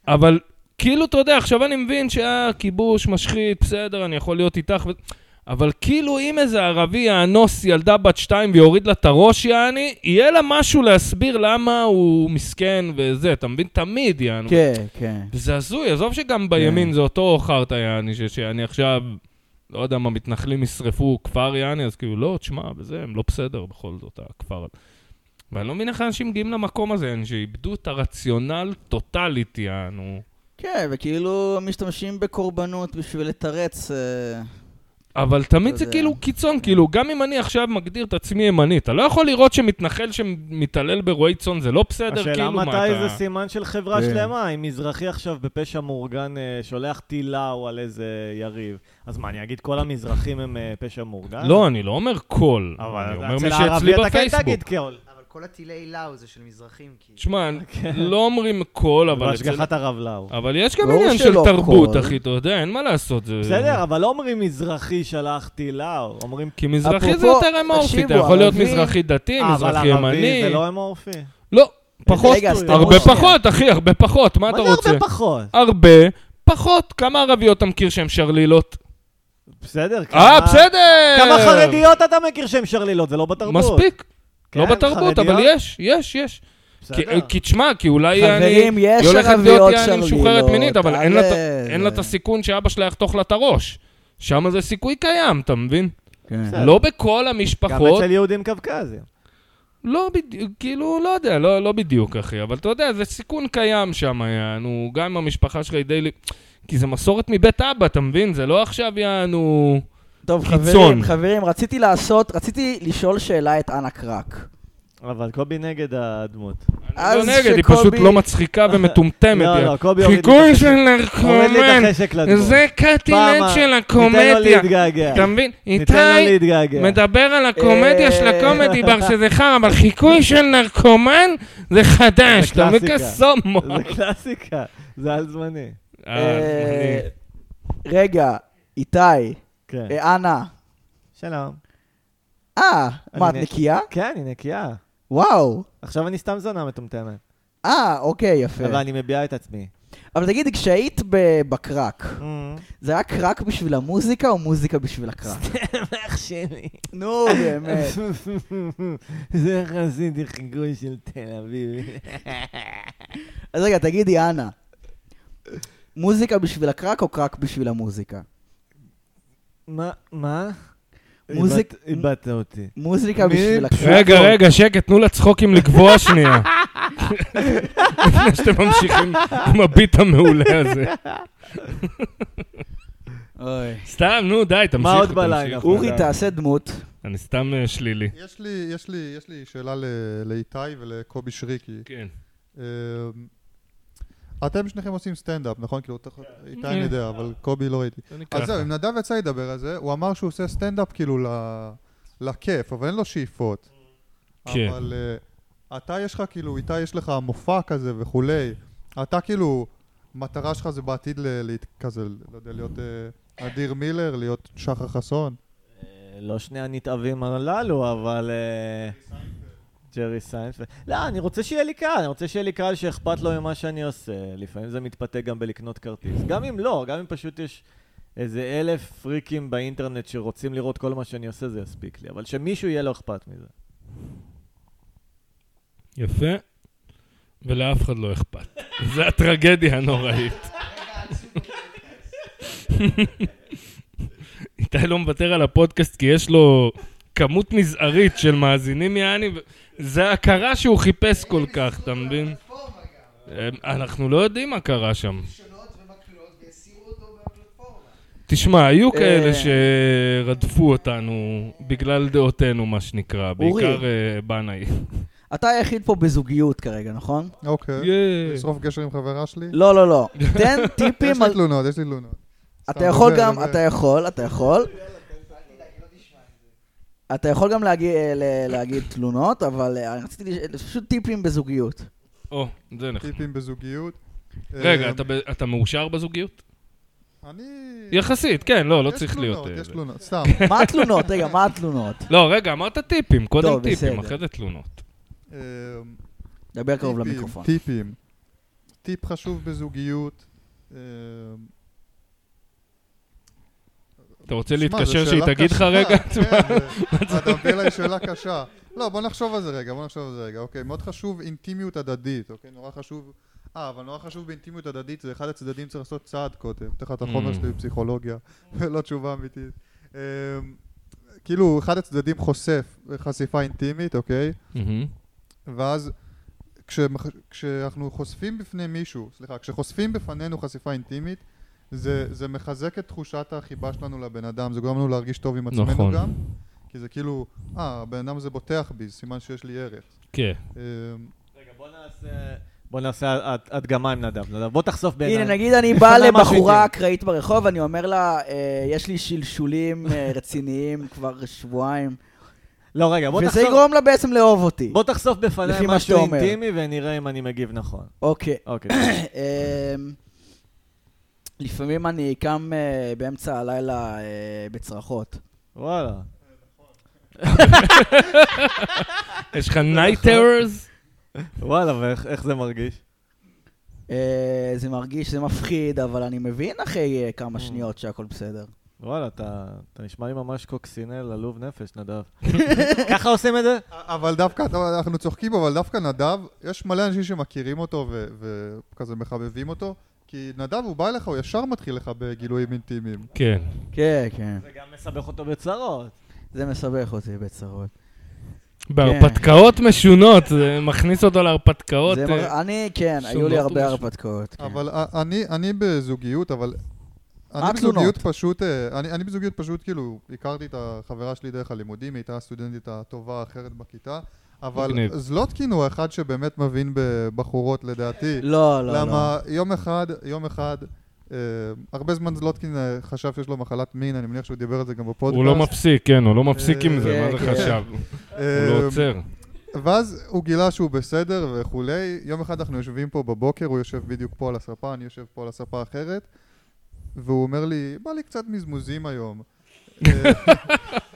C: אבל כאילו, אתה יודע, עכשיו אני מבין שהכיבוש משחית, בסדר, אני יכול להיות איתך. ו... אבל כאילו, אם איזה ערבי יאנוס ילדה בת שתיים ויוריד לה את הראש, יעני, יהיה לה משהו להסביר למה הוא מסכן וזה, אתה מבין? תמיד, יענו.
B: כן, כן.
C: זה הזוי, עזוב שגם
A: כן.
C: בימין זה אותו חרטא, יעני, ש- שאני עכשיו, לא יודע מה, מתנחלים ישרפו כפר, יעני, אז כאילו, לא, תשמע, וזה, הם לא בסדר בכל זאת, הכפר. הזה. ואני לא מבין איך אנשים מגיעים למקום הזה, יעני, שאיבדו את הרציונל טוטאלית, יענו.
B: כן, וכאילו משתמשים בקורבנות בשביל לתרץ. אה,
C: אבל תמיד
B: אתה
C: זה
B: יודע.
C: כאילו קיצון, כאילו, גם אם אני עכשיו מגדיר את עצמי ימני, אתה לא יכול לראות שמתנחל שמתעלל ברועי צאן זה לא בסדר,
A: השאלה
C: כאילו, מה אתה...
A: מתי זה סימן של חברה
B: כן.
A: שלמה, אם מזרחי עכשיו בפשע מאורגן אה, שולח טיל לאו על איזה יריב, אז מה, אני אגיד כל המזרחים הם אה, פשע מאורגן?
C: לא, אני לא אומר כל, אני
A: אבל
C: אומר
A: אצל
C: מי שאצלי
A: הערבי אתה כן
C: בפייסבוק. לא,
A: תגיד כאול.
D: אבל כל הטילי לאו זה של מזרחים, כאילו.
C: תשמע,
A: כן.
C: לא אומרים כל, אבל אצל
A: בהשגחת הרב לאו.
C: אבל יש גם
B: ברור
C: עניין של
B: שלא
C: תרבות,
B: כל.
C: אחי, אתה יודע, אין מה לעשות. זה-
A: בסדר, אבל לא אומרים מזרחי שלחתי לאו, אומרים...
C: כי מזרחי זה
B: אפרופו,
C: יותר אמורפי,
B: תקשיבו,
C: אתה יכול להיות
B: ערבי-
C: מזרחי דתי,
A: "אה,
C: מזרחי
A: אבל ערבי
C: ימני.
A: זה לא אמורפי.
C: לא, פחות,
B: רגע, אז
C: הרבה
B: תראו-
C: פחות, אחי, הרבה פחות, מה
A: מה
C: אתה
A: זה
C: רוצה?
A: הרבה פחות?
C: הרבה פחות. כמה ערביות אתה מכיר שהן שרלילות?
A: בסדר, כמה...
C: אה, בסדר!
A: כמה חרדיות אתה מכיר שהן שרלילות, זה לא בתרבות.
C: מספיק,
A: כן,
C: לא בתרבות, אבל
A: חרדיות?
C: יש, יש, יש. כי- אה,
A: בסדר.
C: כי תשמע, כי אולי אני...
B: חברים, יש
C: היא הולכת
B: ערביות
C: להיות יעני
B: שרלילות.
C: משוחררת מינית, אבל אין לה את-
B: אה,
C: אין לה את הסיכון שאבא שלה יחתוך לה את הראש. שם זה סיכוי קיים, אתה מבין?
B: כן.
A: בסדר.
C: לא בכל
A: גם
C: המשפחות.
A: אצל יהודים קווקזים.
C: לא בדיוק, כאילו, לא יודע, לא, לא בדיוק, אחי, אבל אתה יודע, זה סיכון קיים שם, יענו, גם אם המשפחה שלך היא די... ל- כי זה מסורת מבית אבא, אתה מבין? זה לא עכשיו, יענו...
B: טוב,
C: קיצון.
B: חברים, חברים, רציתי לעשות, רציתי לשאול שאלה את אנה קרק.
A: אבל קובי נגד הדמות.
C: אני לא
B: אז
C: נגד, היא
B: שקובי-
C: פשוט לא מצחיקה ומטומטמת.
A: לא,
C: יא.
A: לא, קובי הוריד לי
C: כן, חיקוי
A: את החשק-
C: של
A: הוריד לי
C: נרקומן,
A: את החשק לדמות.
C: זה קאטינט
A: פעם,
C: של
A: ניתן לו
C: הקומדיה.
A: להתגעגע.
C: אתה מבין?
A: ניתן לו אה.
C: איתי
A: להתגעגע.
C: מדבר על הקומדיה של הקומדי בר שזה חרא, אבל חיקוי של נרקומן זה חדש,
A: זה
C: אתה מבין?
A: קלאסיקה.
C: כסומו.
A: זה קלאסיקה, זה על זמני.
C: אה,
B: אה,
C: אני-
B: רגע, איתי,
A: כן.
B: אה, אנה.
A: שלום.
B: אה, מה, את
A: אני-
B: נקייה?
A: כן, היא נקייה.
B: וואו.
A: עכשיו אני סתם זונה מטומטמת.
B: אה, אוקיי, יפה.
A: אבל אני מביעה את עצמי.
B: אבל תגידי, כשהיית ב- בקרק,
A: אמ,
B: זה היה קרק בשביל המוזיקה או מוזיקה בשביל הקרק?
A: אח שלי.
B: נו, באמת.
A: זה חסידי חיקוי של תל אביב.
B: אז רגע, תגידי, אנה, מוזיקה בשביל הקרק או קרק בשביל המוזיקה?
A: מה? מה?
B: מוזיק-
A: איבדת- איבדת אותי.
B: מוזיקה בשביל הקרק.
C: רגע, רגע, שקט, תנו לצחוקים לגבוה שנייה. לפני שאתם ממשיכים עם הביט המעולה הזה.
B: אוי.
C: סתם, נו, די, תמשיכו.
A: מה עוד
C: תמשיכו.
A: בלילה?
B: אורי, תעשה דמות.
C: אני סתם אה, שלילי.
E: יש לי, יש לי, יש לי שאלה ל- לאיתי ולקובי שריקי.
C: כן.
E: אמ, אתם שניכם עושים סטנדאפ, נכון? כאילו, אתה- איתי אני יודע, אבל קובי לא ראיתי. אז זהו, אם נדב יצא לדבר על זה, הוא אמר שהוא עושה סטנדאפ כאילו ל- לכיף, אבל אין לו שאיפות.
C: כן.
E: אבל אה, אתה יש לך כאילו, איתה יש לך מופע כזה וכולי. אתה כאילו, מטרה שלך זה בעתיד ל- להת- כזה, לא יודע, להיות אה, אדיר מילר, להיות שחר חסון.
A: אה, לא שני הנתעבים הללו, אבל... אה, ג'רי סיינפלד. לא, אני רוצה שיהיה לי קהל, אני רוצה שיהיה לי קהל שאכפת לו ממה שאני עושה. לפעמים זה מתבטא גם בלקנות כרטיס. גם אם לא, גם אם פשוט יש איזה אלף פריקים באינטרנט שרוצים לראות כל מה שאני עושה, זה יספיק לי. אבל שמישהו יהיה לו אכפת מזה.
C: יפה. ולאף אחד לא אכפת. זו הטרגדיה הנוראית. איתי לא מוותר על הפודקאסט כי יש לו כמות מזערית של מאזינים יעני, ו- זה ההכרה שהוא חיפש כל כך, אתה מבין? אה, אנחנו לא יודעים מה קרה שם. תשמע, היו כאלה
B: אה.
C: שרדפו אותנו בגלל דעותינו, מה שנקרא.
B: אורי.
C: בעיקר אה, בנאי.
B: אתה היחיד פה בזוגיות כרגע, נכון?
E: אוקיי.
C: יאה.
E: לשרוף גשר עם חברה שלי?
B: לא, לא, לא. תן
E: יש
B: טיפים על...
E: לי תלונות, יש לי תלונות.
B: אתה
E: סתם, אה,
B: יכול
E: דבר,
B: גם,
E: דבר.
B: אתה יכול, אתה יכול. אתה יכול גם להגיד- אה, ל- להגיד תלונות, אבל אה, רציתי לש- פשוט טיפים בזוגיות.
C: או, זה נכון.
E: טיפים בזוגיות.
C: רגע,
E: אה,
C: אתה ב- אתה מאושר בזוגיות?
E: אני...
C: יחסית, כן, לא, לא
E: אה, יש
C: צריך להיות...
E: תלונות,
C: אה,
E: יש
C: זה.
E: תלונות, סתם.
B: מה התלונות? רגע, מה התלונות?
C: לא, רגע, אמרת טיפים, קודם
B: טוב,
C: טיפים,
B: בסדר.
C: אחרי זה תלונות.
E: אה,
B: דבר קרוב
E: טיפים,
B: למיקרופון.
E: טיפים. טיפ חשוב בזוגיות. אה,
C: אתה רוצה
E: שמע,
C: להתקשר
E: זו
C: שהיא
E: שאלה
C: תגיד לך
E: קשה,
C: רגע?
E: כן, זה- אתה מבין לה היא שאלה קשה. לא, בוא נחשוב על זה רגע, בוא נחשוב על זה רגע. אוקיי, מאוד חשוב אינטימיות הדדית, אוקיי? נורא חשוב... אה, אבל נורא חשוב באינטימיות הדדית, זה אחד הצדדים צריך לעשות צעד קודם. אתן לך את החומר
C: Mm.
E: שלי בפסיכולוגיה, ולא תשובה אמיתית. אה, כאילו, אחד הצדדים חושף חשיפה אינטימית, אוקיי?
C: מהמם.
E: ואז כשמח... כשאנחנו חושפים בפני מישהו, סליחה, כשחושפים בפנינו חשיפה אינטימית, זה, זה מחזק את תחושת החיבה שלנו לבן אדם, זה גורם לנו להרגיש טוב עם עצמנו
C: נכון.
E: גם, כי זה כאילו, אה, הבן אדם הזה בוטח בי, סימן שיש לי ערך.
C: כן.
E: אה,
A: רגע, בוא נעשה... בוא נעשה הד- הדגמה עם נדב. נדב, בוא תחשוף בעיניי.
B: הנה, נגיד אני בא
A: משהו
B: לבחורה
A: איתי.
B: אקראית ברחוב, אני אומר לה, אה, יש לי שלשולים אה, רציניים כבר שבועיים,
A: לא, רגע, בוא
B: וזה
A: תחשוף...
B: יגרום לה בעצם לאהוב אותי.
A: בוא תחשוף
B: לפי
A: בפניי
B: מה
A: משהו
B: שאתה אומר.
A: אינטימי ונראה אם אני מגיב נכון.
B: אוקיי.
A: אוקיי.
B: אמ, לפעמים אני קם אה, באמצע הלילה אה, בצרחות.
A: וואלה.
C: יש לך night terrors?
A: וואלה, ואיך איך זה מרגיש?
B: אה, זה מרגיש, זה מפחיד, אבל אני מבין אחרי אה, כמה
A: Mm.
B: שניות שהכל בסדר.
A: וואלה, אתה אתה נשמע לי ממש קוקסינל עלוב נפש, נדב. ככה עושים את זה?
E: אבל דווקא, אתה- אנחנו צוחקים, אבל דווקא נדב, יש מלא אנשים שמכירים אותו ו- וכזה מחבבים אותו, כי נדב, הוא בא אליך, הוא ישר מתחיל לך בגילויים אינטימיים.
C: כן.
B: כן, כן.
A: זה גם מסבך אותו בצרות.
B: זה מסבך אותי בצרות.
C: בהרפתקאות משונות, זה מכניס אותו להרפתקאות.
B: זה
C: אה,
B: מר- אני, כן,
C: שום
B: היו לי
C: לא
B: הרבה
C: טוב.
B: הרפתקאות. כן.
E: אבל אה, אני, אני בזוגיות, אבל... אני
B: רק
E: בזוגיות
B: תלונות.
E: פשוט, אה, אני, אני בזוגיות פשוט כאילו, הכרתי את החברה שלי דרך הלימודים, היא הייתה הסטודנטית הטובה האחרת בכיתה, אבל
C: מגניב.
E: זלוטקין הוא האחד שבאמת מבין בבחורות לדעתי.
B: לא, לא, לא.
E: למה יום אחד, יום אחד, אה, הרבה זמן זלוטקין אה, חשב שיש לו מחלת מין, אני מניח שהוא דיבר על זה גם בפודקאסט.
C: הוא לא מפסיק, כן, הוא לא מפסיק עם זה,
B: אה,
C: מה זה
B: כן.
C: חשב? הוא
E: אה,
C: לא עוצר.
E: ואז הוא גילה שהוא בסדר וכולי. יום אחד אנחנו יושבים פה בבוקר, הוא יושב בדיוק פה על הספה, אני יושב פה על הספה אחרת, והוא אומר לי, בא לי קצת מזמוזים היום. אה,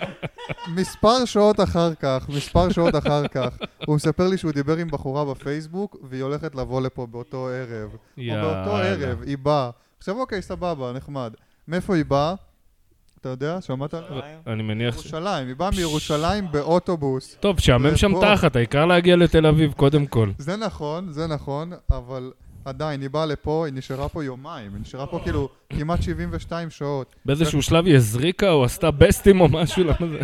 E: מספר שעות אחר כך, מספר שעות אחר כך, הוא מספר לי שהוא דיבר עם בחורה בפייסבוק, והיא הולכת לבוא לפה באותו ערב. או באותו
C: יאללה.
E: ערב, היא באה. עכשיו אוקיי, סבבה, נחמד. מאיפה היא באה? אתה יודע? שמעת?
C: אני מניח ש...
E: ירושלים. היא באה מירושלים באוטובוס.
C: טוב, שעמם שם
E: בוא.
C: תחת, העיקר להגיע לתל אביב קודם כל.
E: זה נכון, זה נכון, אבל עדיין, היא באה לפה, היא נשארה פה יומיים. היא נשארה פה כאילו כמעט 72 שעות.
C: באיזשהו שלב היא הזריקה או עשתה בסטים או משהו, למה זה...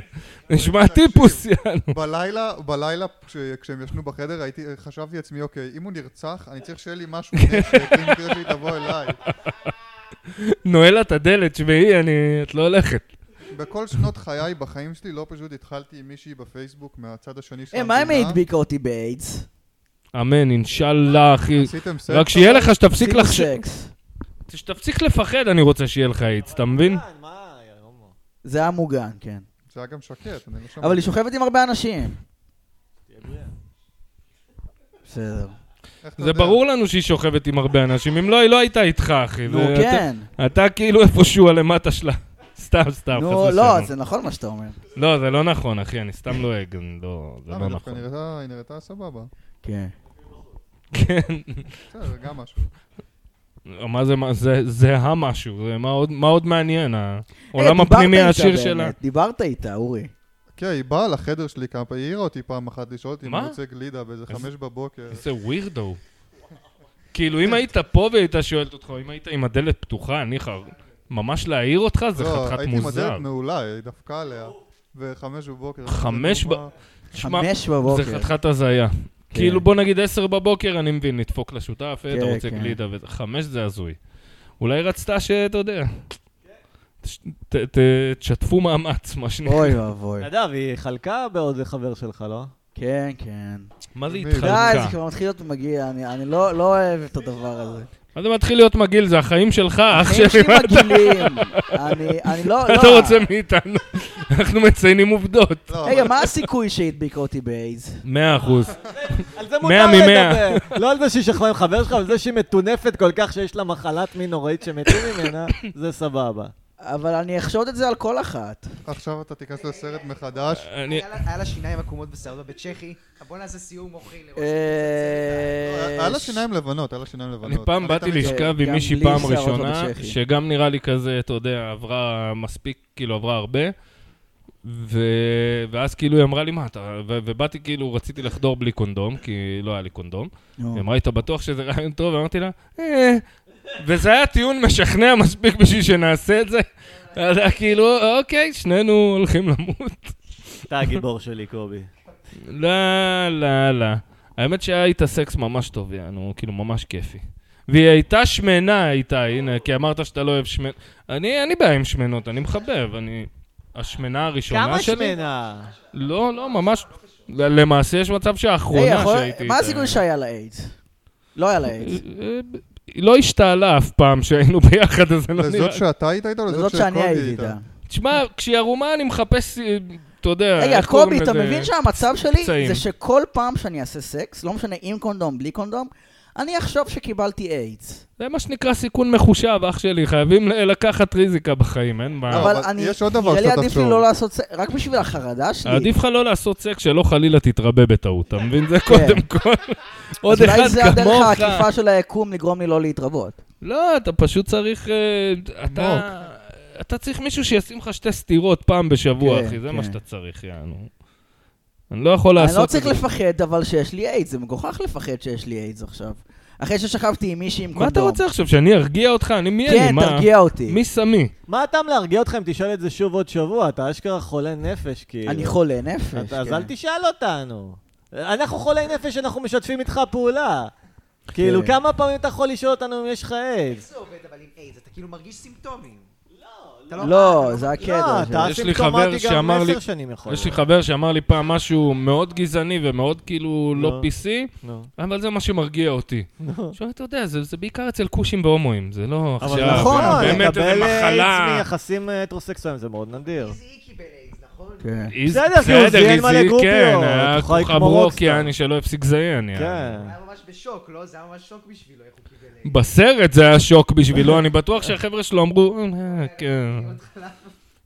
C: נשמע טיפוס, יאנו.
E: בלילה, בלילה, כש, כשהם ישנו בחדר, הייתי, חשבתי לעצמי, אוקיי, אם הוא נרצח, אני צריך שיהיה לי משהו נשק, אם תראה שהיא תבוא אליי.
C: נועל לה את הדלת, שמעי, אני... את לא הולכת.
E: בכל שנות חיי, בחיים שלי, לא פשוט התחלתי עם מישהי בפייסבוק מהצד השני של
B: אה, מה אם היא הדביקה אותי באיידס?
C: אמן, אינשאללה, אחי.
E: עשיתם סקס?
C: רק שיהיה לך, שתפסיק
B: עשינו
C: לחשוב...
B: סקס.
C: שתפסיק לפחד, אני רוצה שיהיה לך עץ, אתה מבין?
A: מה, יא הומו?
B: זה היה מוגן, כן.
E: זה היה גם שקט, אני לא שומע.
B: אבל היא שוכבת עם הרבה אנשים.
A: תהיה בריאה.
B: בסדר.
E: איך אתה
C: זה
E: יודע?
C: ברור לנו שהיא שוכבת עם הרבה אנשים, אם לא, היא לא הייתה איתך, אחי.
B: נו,
C: זה-
B: כן.
C: אתה- אתה כאילו איפשהו הלמטה שלה. סתם, סתם,
B: נו,
C: חס
B: לא,
C: ושלום.
B: זה נכון מה שאתה אומר.
C: לא, זה לא נכון, אחי, אני סתם לועג, אני לא... זה
E: למה
C: לא
E: דווקא
C: נכון.
E: נראתה- היא נראתה סבבה.
B: כן.
C: אה, כן.
E: בסדר, גם משהו.
C: מה זה, מה- זה- זה המשהו, זה מה עוד- מה עוד מעניין, העולם הפנימי העשיר שלה.
B: דיברת איתה, אורי.
E: כן, היא באה לחדר שלי כמה פעמים, היא העירה אותי פעם אחת לשאול אותי אם
C: מה?
E: אני רוצה גלידה באיזה
C: איזה-
E: חמש בבוקר.
C: איזה ווירדו. כאילו, אם היית פה והיא הייתה שואלת אותך, אם היית עם הדלת פתוחה, ניחא, ממש להעיר אותך זה
E: לא,
C: חתיכת
E: הייתי עם
C: מוזר.
E: הדלת נעולה, היא דפקה עליה. בחמש בבוקר.
C: חמש
E: אמרתי לה,
C: תשמע,
B: חמש
C: זה
B: בבוקר.
C: חתיכת הזיה. כאילו, בוא נגיד עשר בבוקר, אני מבין, לדפוק לשותף, אה, אתה
B: כן,
C: רוצה
B: כן.
C: גלידה וזה. חמש זה הזוי. אולי רצתה שאתה יודע. תש- ת- ת- תשתפו מאמץ, מה שנקרא.
B: אוי ואבוי.
A: נדב, היא חלקה בעוד חבר שלך, לא?
B: כן, כן.
C: מה זה
E: די,
B: די, זה
C: התחלקה?
B: כבר מתחיל להיות מגעיל, אני אני לא לא אוהב את הדבר הזה.
C: מה זה מתחיל להיות מגעיל? זה החיים שלך, אח
B: החיים
C: שלי.
B: שלי מגעילים. אני אני לא... לא.
C: מה אתה רוצה מאיתנו? אנחנו מציינים עובדות.
E: לא,
B: רגע,
E: אבל-
B: מה הסיכוי שהדביקה אותי באייז?
C: מאה אחוז.
A: על זה
C: מאה
A: מותר
C: ממאה.
A: לדבר. לא על זה שהיא שכבה עם חבר שלך, על זה שהיא מטונפת כל כך שיש לה מחלת מין נוראית שמתים ממנה, זה סבבה.
B: אבל אני אחשוד את זה על כל אחת.
E: עכשיו אתה תיכנס לסרט מחדש.
C: אני...
D: היה לה- היה לה שיניים עקומות בסעודה בצ'כי. "אה, בוא נעשה סיום מוחי לראות.
B: אה,
E: היה לה שיניים לבנות, היה לה שיניים לבנות.
C: אני פעם
E: אני
C: באתי
E: תמיד-
C: לשכב עם
B: לא, גם
C: מישהי
B: לי
C: פעם
B: שערות לא
C: ראשונה,
B: בצ'כי.
C: שגם נראה לי כזה, אתה יודע, עברה מספיק, כאילו עברה הרבה, ו... ואז כאילו היא אמרה לי, מה אתה... ו... ובאתי כאילו, רציתי לחדור בלי קונדום, כי לא היה לי קונדום.
B: נו.
C: היא אמרה לי, אתה בטוח שזה רעיון טוב? ואמרתי לה, אה... וזה היה טיעון משכנע מספיק בשביל שנעשה את זה. אז היה כאילו, אוקיי, שנינו הולכים למות.
A: אתה הגיבור שלי, קובי.
C: לא, לא, לא. האמת שהיה איתה סקס ממש טוב, יענו, כאילו, ממש כיפי. והיא הייתה שמנה, הייתה, הנה, כי אמרת שאתה לא אוהב שמנות. אני, אין לי בעיה עם שמנות, אני מחבב, אני... השמנה הראשונה
A: כמה
C: שלי?
A: שמנה?
C: לא, לא, ממש... למעשה יש מצב
B: היי,
C: שהאחרונה
B: אה, יכול-
C: שהייתי...
B: מה
C: איתה-
B: הסיכוי שהיה לה איידס? לא היה לה איידס.
C: אה, היא לא השתעלה אף פעם שהיינו ביחד, אז זה לא נראה...
E: לזאת שאתה היית איתה או
B: זאת
E: לזאת
B: שאני
E: שקובי
B: הייתי
E: איתה?
B: איתה.
C: תשמע, כשהיא ערומה אני מחפש, אה, אתה יודע...
B: רגע,
C: איך קוראים
B: קובי, אתה
C: לזה?
B: מבין שהמצב שלי
C: פצעים.
B: זה שכל פעם שאני אעשה סקס, לא משנה עם קונדום, בלי קונדום, אני אחשוב שקיבלתי איידס.
C: זה מה שנקרא סיכון מחושב, אח שלי, חייבים ל- לקחת ריזיקה בחיים, אין מה.
E: לא,
B: אבל
E: אבל
B: אני,
E: יש עוד דבר
B: נראה לי
E: שאתה
B: עדיף לי
E: תחשוב.
B: לא לעשות סקס, רק בשביל החרדה שלי.
C: עדיף לך לא לעשות סקס שלא חלילה תתרבה בטעות, אתה מבין? זה
B: כן.
C: קודם כל. עוד
B: אז
C: אחד
B: אולי זה הדרך
C: כמוך.
B: העקיפה של היקום לגרום לי לא להתרבות.
C: לא, אתה פשוט צריך... אה, אתה... אתה צריך מישהו שישים לך שתי סטירות פעם בשבוע,
B: כן,
C: אחי, זה
B: כן.
C: מה שאתה צריך, יענו. אני לא יכול
B: אני
C: לעשות...
B: לא צריך
C: את זה.
B: לפחד, אבל שיש לי איידס, זה מגוחך לפחד שיש לי איידס עכשיו. אחרי ששכבתי עם מישהי עם קונדום.
C: מה אתה רוצה עכשיו, שאני ארגיע אותך? אני מי אני?
B: כן,
C: מה?
B: תרגיע אותי.
C: מי סמי?
A: מה הטעם להרגיע אותך אם תשאל את זה שוב עוד שבוע? אתה אשכרה חולה נפש, כאילו.
B: אני חולה נפש.
A: אתה- אז
B: כן.
A: אל תשאל אותנו. אנחנו חולי נפש, אנחנו משתפים איתך פעולה. כאילו,
B: כן.
A: כמה פעמים אתה יכול לשאול אותנו אם יש לך איידס?
D: זה עובד אבל עם איידס? אתה כאילו מרגיש סימפטומים. אתה
B: לא, זה
A: לא,
B: הקטע.
A: אתה
C: יש לי
A: אסימפטומטי
C: חבר
A: גם
C: שאמר לי-
A: עשר שנים יכול.
C: יש לי
A: להיות.
C: חבר שאמר לי פעם משהו מאוד גזעני ומאוד כאילו לא
A: לא.
C: PC,
A: נו.
C: אבל זה מה שמרגיע אותי. עכשיו, אתה יודע, זה זה בעיקר אצל כושים והומואים, זה לא
A: אבל
C: עכשיו...
A: נכון,
C: באמת איזה
A: לקבל איידס
C: מחלה.
A: מיחסים אה, הטרוסקסואליים זה מאוד נדיר.
D: איזי קיבל איידס, נכון?
B: כן.
C: איז-
A: בסדר, כי הוא זיין
C: איזי,
A: מלא גרופיות,
C: כן, היה
A: הוא חי
C: כוכב
A: כמו רוקסטאר.
C: רוקיאני שלא הפסיק זיין. יעני.
A: כן.
D: הוא היה ממש בשוק, לא? זה היה ממש שוק בשבילו, איך הוא קיבל איידס.
C: בסרט זה היה שוק בשבילו, אני בטוח שהחבר'ה שלו אמרו, "אה, כן.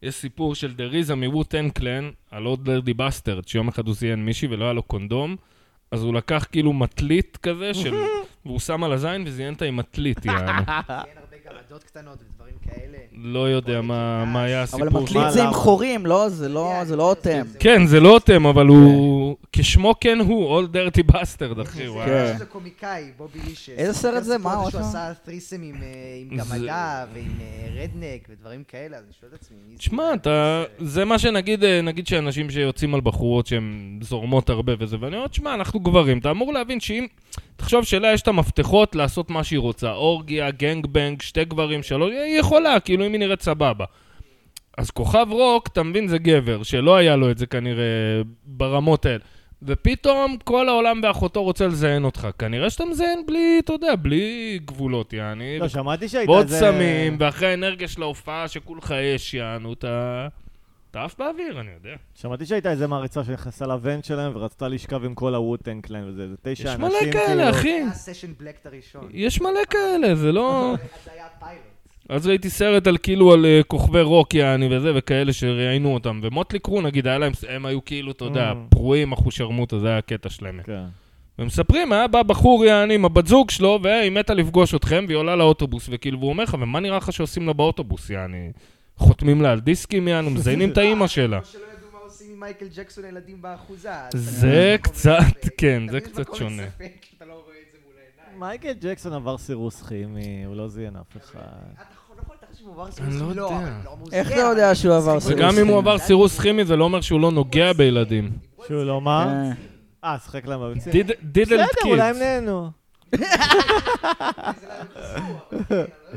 C: יש סיפור של דריזה מווטן קלן על עוד לרדי בסטרד, שיום אחד הוא זיין מישהי ולא היה לו קונדום, אז הוא לקח כאילו מטלית כזה, של... והוא שם על הזין וזיין אותה עם מטלית, יעני.
D: אין הרבה גרדות קטנות ודברים כאלה.
C: לא יודע מה, מה היה הסיפור.
B: אה, אבל
A: מה,
B: מטלית זה עם
A: למה?
B: חורים, לא? זה לא זה לא אוטם.
C: כן, זה לא אוטם, אבל הוא... כשמו כן הוא, All Dirty Bastard, אחי, הוא היה...
B: כן.
D: יש לו קומיקאי, בובי איש.
B: איזה סרט זה? מה, עוד
D: שהוא
B: פעם?
D: עשה תריסם עם, אה, עם
C: זה-
D: גמדה ועם אה, רדנק ודברים כאלה, אז אני שואל את עצמי. מי זה?
C: תשמע, אתה... זה מה שנגיד, אה, נגיד שאנשים שיוצאים על בחורות שהן זורמות הרבה וזה, ואני אומר, תשמע, אנחנו גברים, אתה אמור להבין שאם... תחשוב שלה יש את המפתחות לעשות מה שהיא רוצה, אורגיה, גנג בנג, שתי גברים, שלוש, היא יכולה, כאילו, אם היא נראית סבבה. אז כוכב רוק, אתה מבין, זה גבר, שלא היה לו את זה כנראה ברמות האלה. ופתאום כל העולם ואחותו רוצה לזיין אותך. כנראה שאתה מזיין בלי, אתה יודע, בלי גבולות, יעני.
A: לא, שמעתי שהייתה
C: ועוד
A: זה-
C: סמים, ואחרי האנרגיה של ההופעה שכולך אש, יענו, אתה... אתה עף באוויר, אני יודע.
A: שמעתי שהייתה איזה מעריצה שנכנסה לבן שלהם ורצתה לשכב עם כל הווטן קליין וזה, זה תשע
C: יש
A: אנשים.
C: מלא כאלה,
A: כאילו.
C: אחי.
D: זה היה סשן בלקט הראשון.
C: יש מלא כאלה, זה לא...
D: אז זה היה פיילוט.
C: אז ראיתי סרט על כאילו על אה, כוכבי רוק, יעני, וזה, וכאלה שראיינו אותם. ומוטלי קרו, נגיד, היה להם, הם היו כאילו, אתה יודע,
A: Mm.
C: פרועים, אחושרמוטה, זה היה הקטע שלהם.
A: כן.
C: ומספרים, היה בא בחור יעני עם הבת זוג שלו, והיא מתה לפגוש אתכם, והיא עולה לאוטובוס, וכאילו, והוא אומר לך, ומה נראה לך שעושים לה באוטובוס, יעני? חותמים לה על דיסקים, יענו, מזיינים את האימא שלה.
D: כמו שלא ידעו מה עושים עם מייקל ג'קסון הילדים באחוזה. אז אתה
C: זה
A: אה,
D: מקום
C: קצת,
A: אוקיי.
D: לספק.
C: כן, זה
D: תמיד
C: קצת
D: מקום
C: שונה.
D: לספק כשאתה לא רואה את זה מול העיניים.
A: מייקל ג'קסון עבר סירוס כימי, הוא לא זיין אף אחד.
D: אתה יכול- נכון, אתה חושב שהוא עבר
C: אני
D: סיבוב?
C: לא
D: לא,
C: יודע.
D: אבל לא אמרו
B: איך
D: זה,
B: אתה
D: אבל
B: יודע שהוא עבר סירוס?
C: וגם אם הוא עבר
D: כימי.
C: סירוס כימי, זה לא אומר שהוא לא נוגע בילדים.
A: שהוא לא מה?
B: אה.
A: אה, שחק להם בביצים.
C: Did-
A: בסדר,
C: didn't
A: אולי הם
C: kids.
A: נהנו.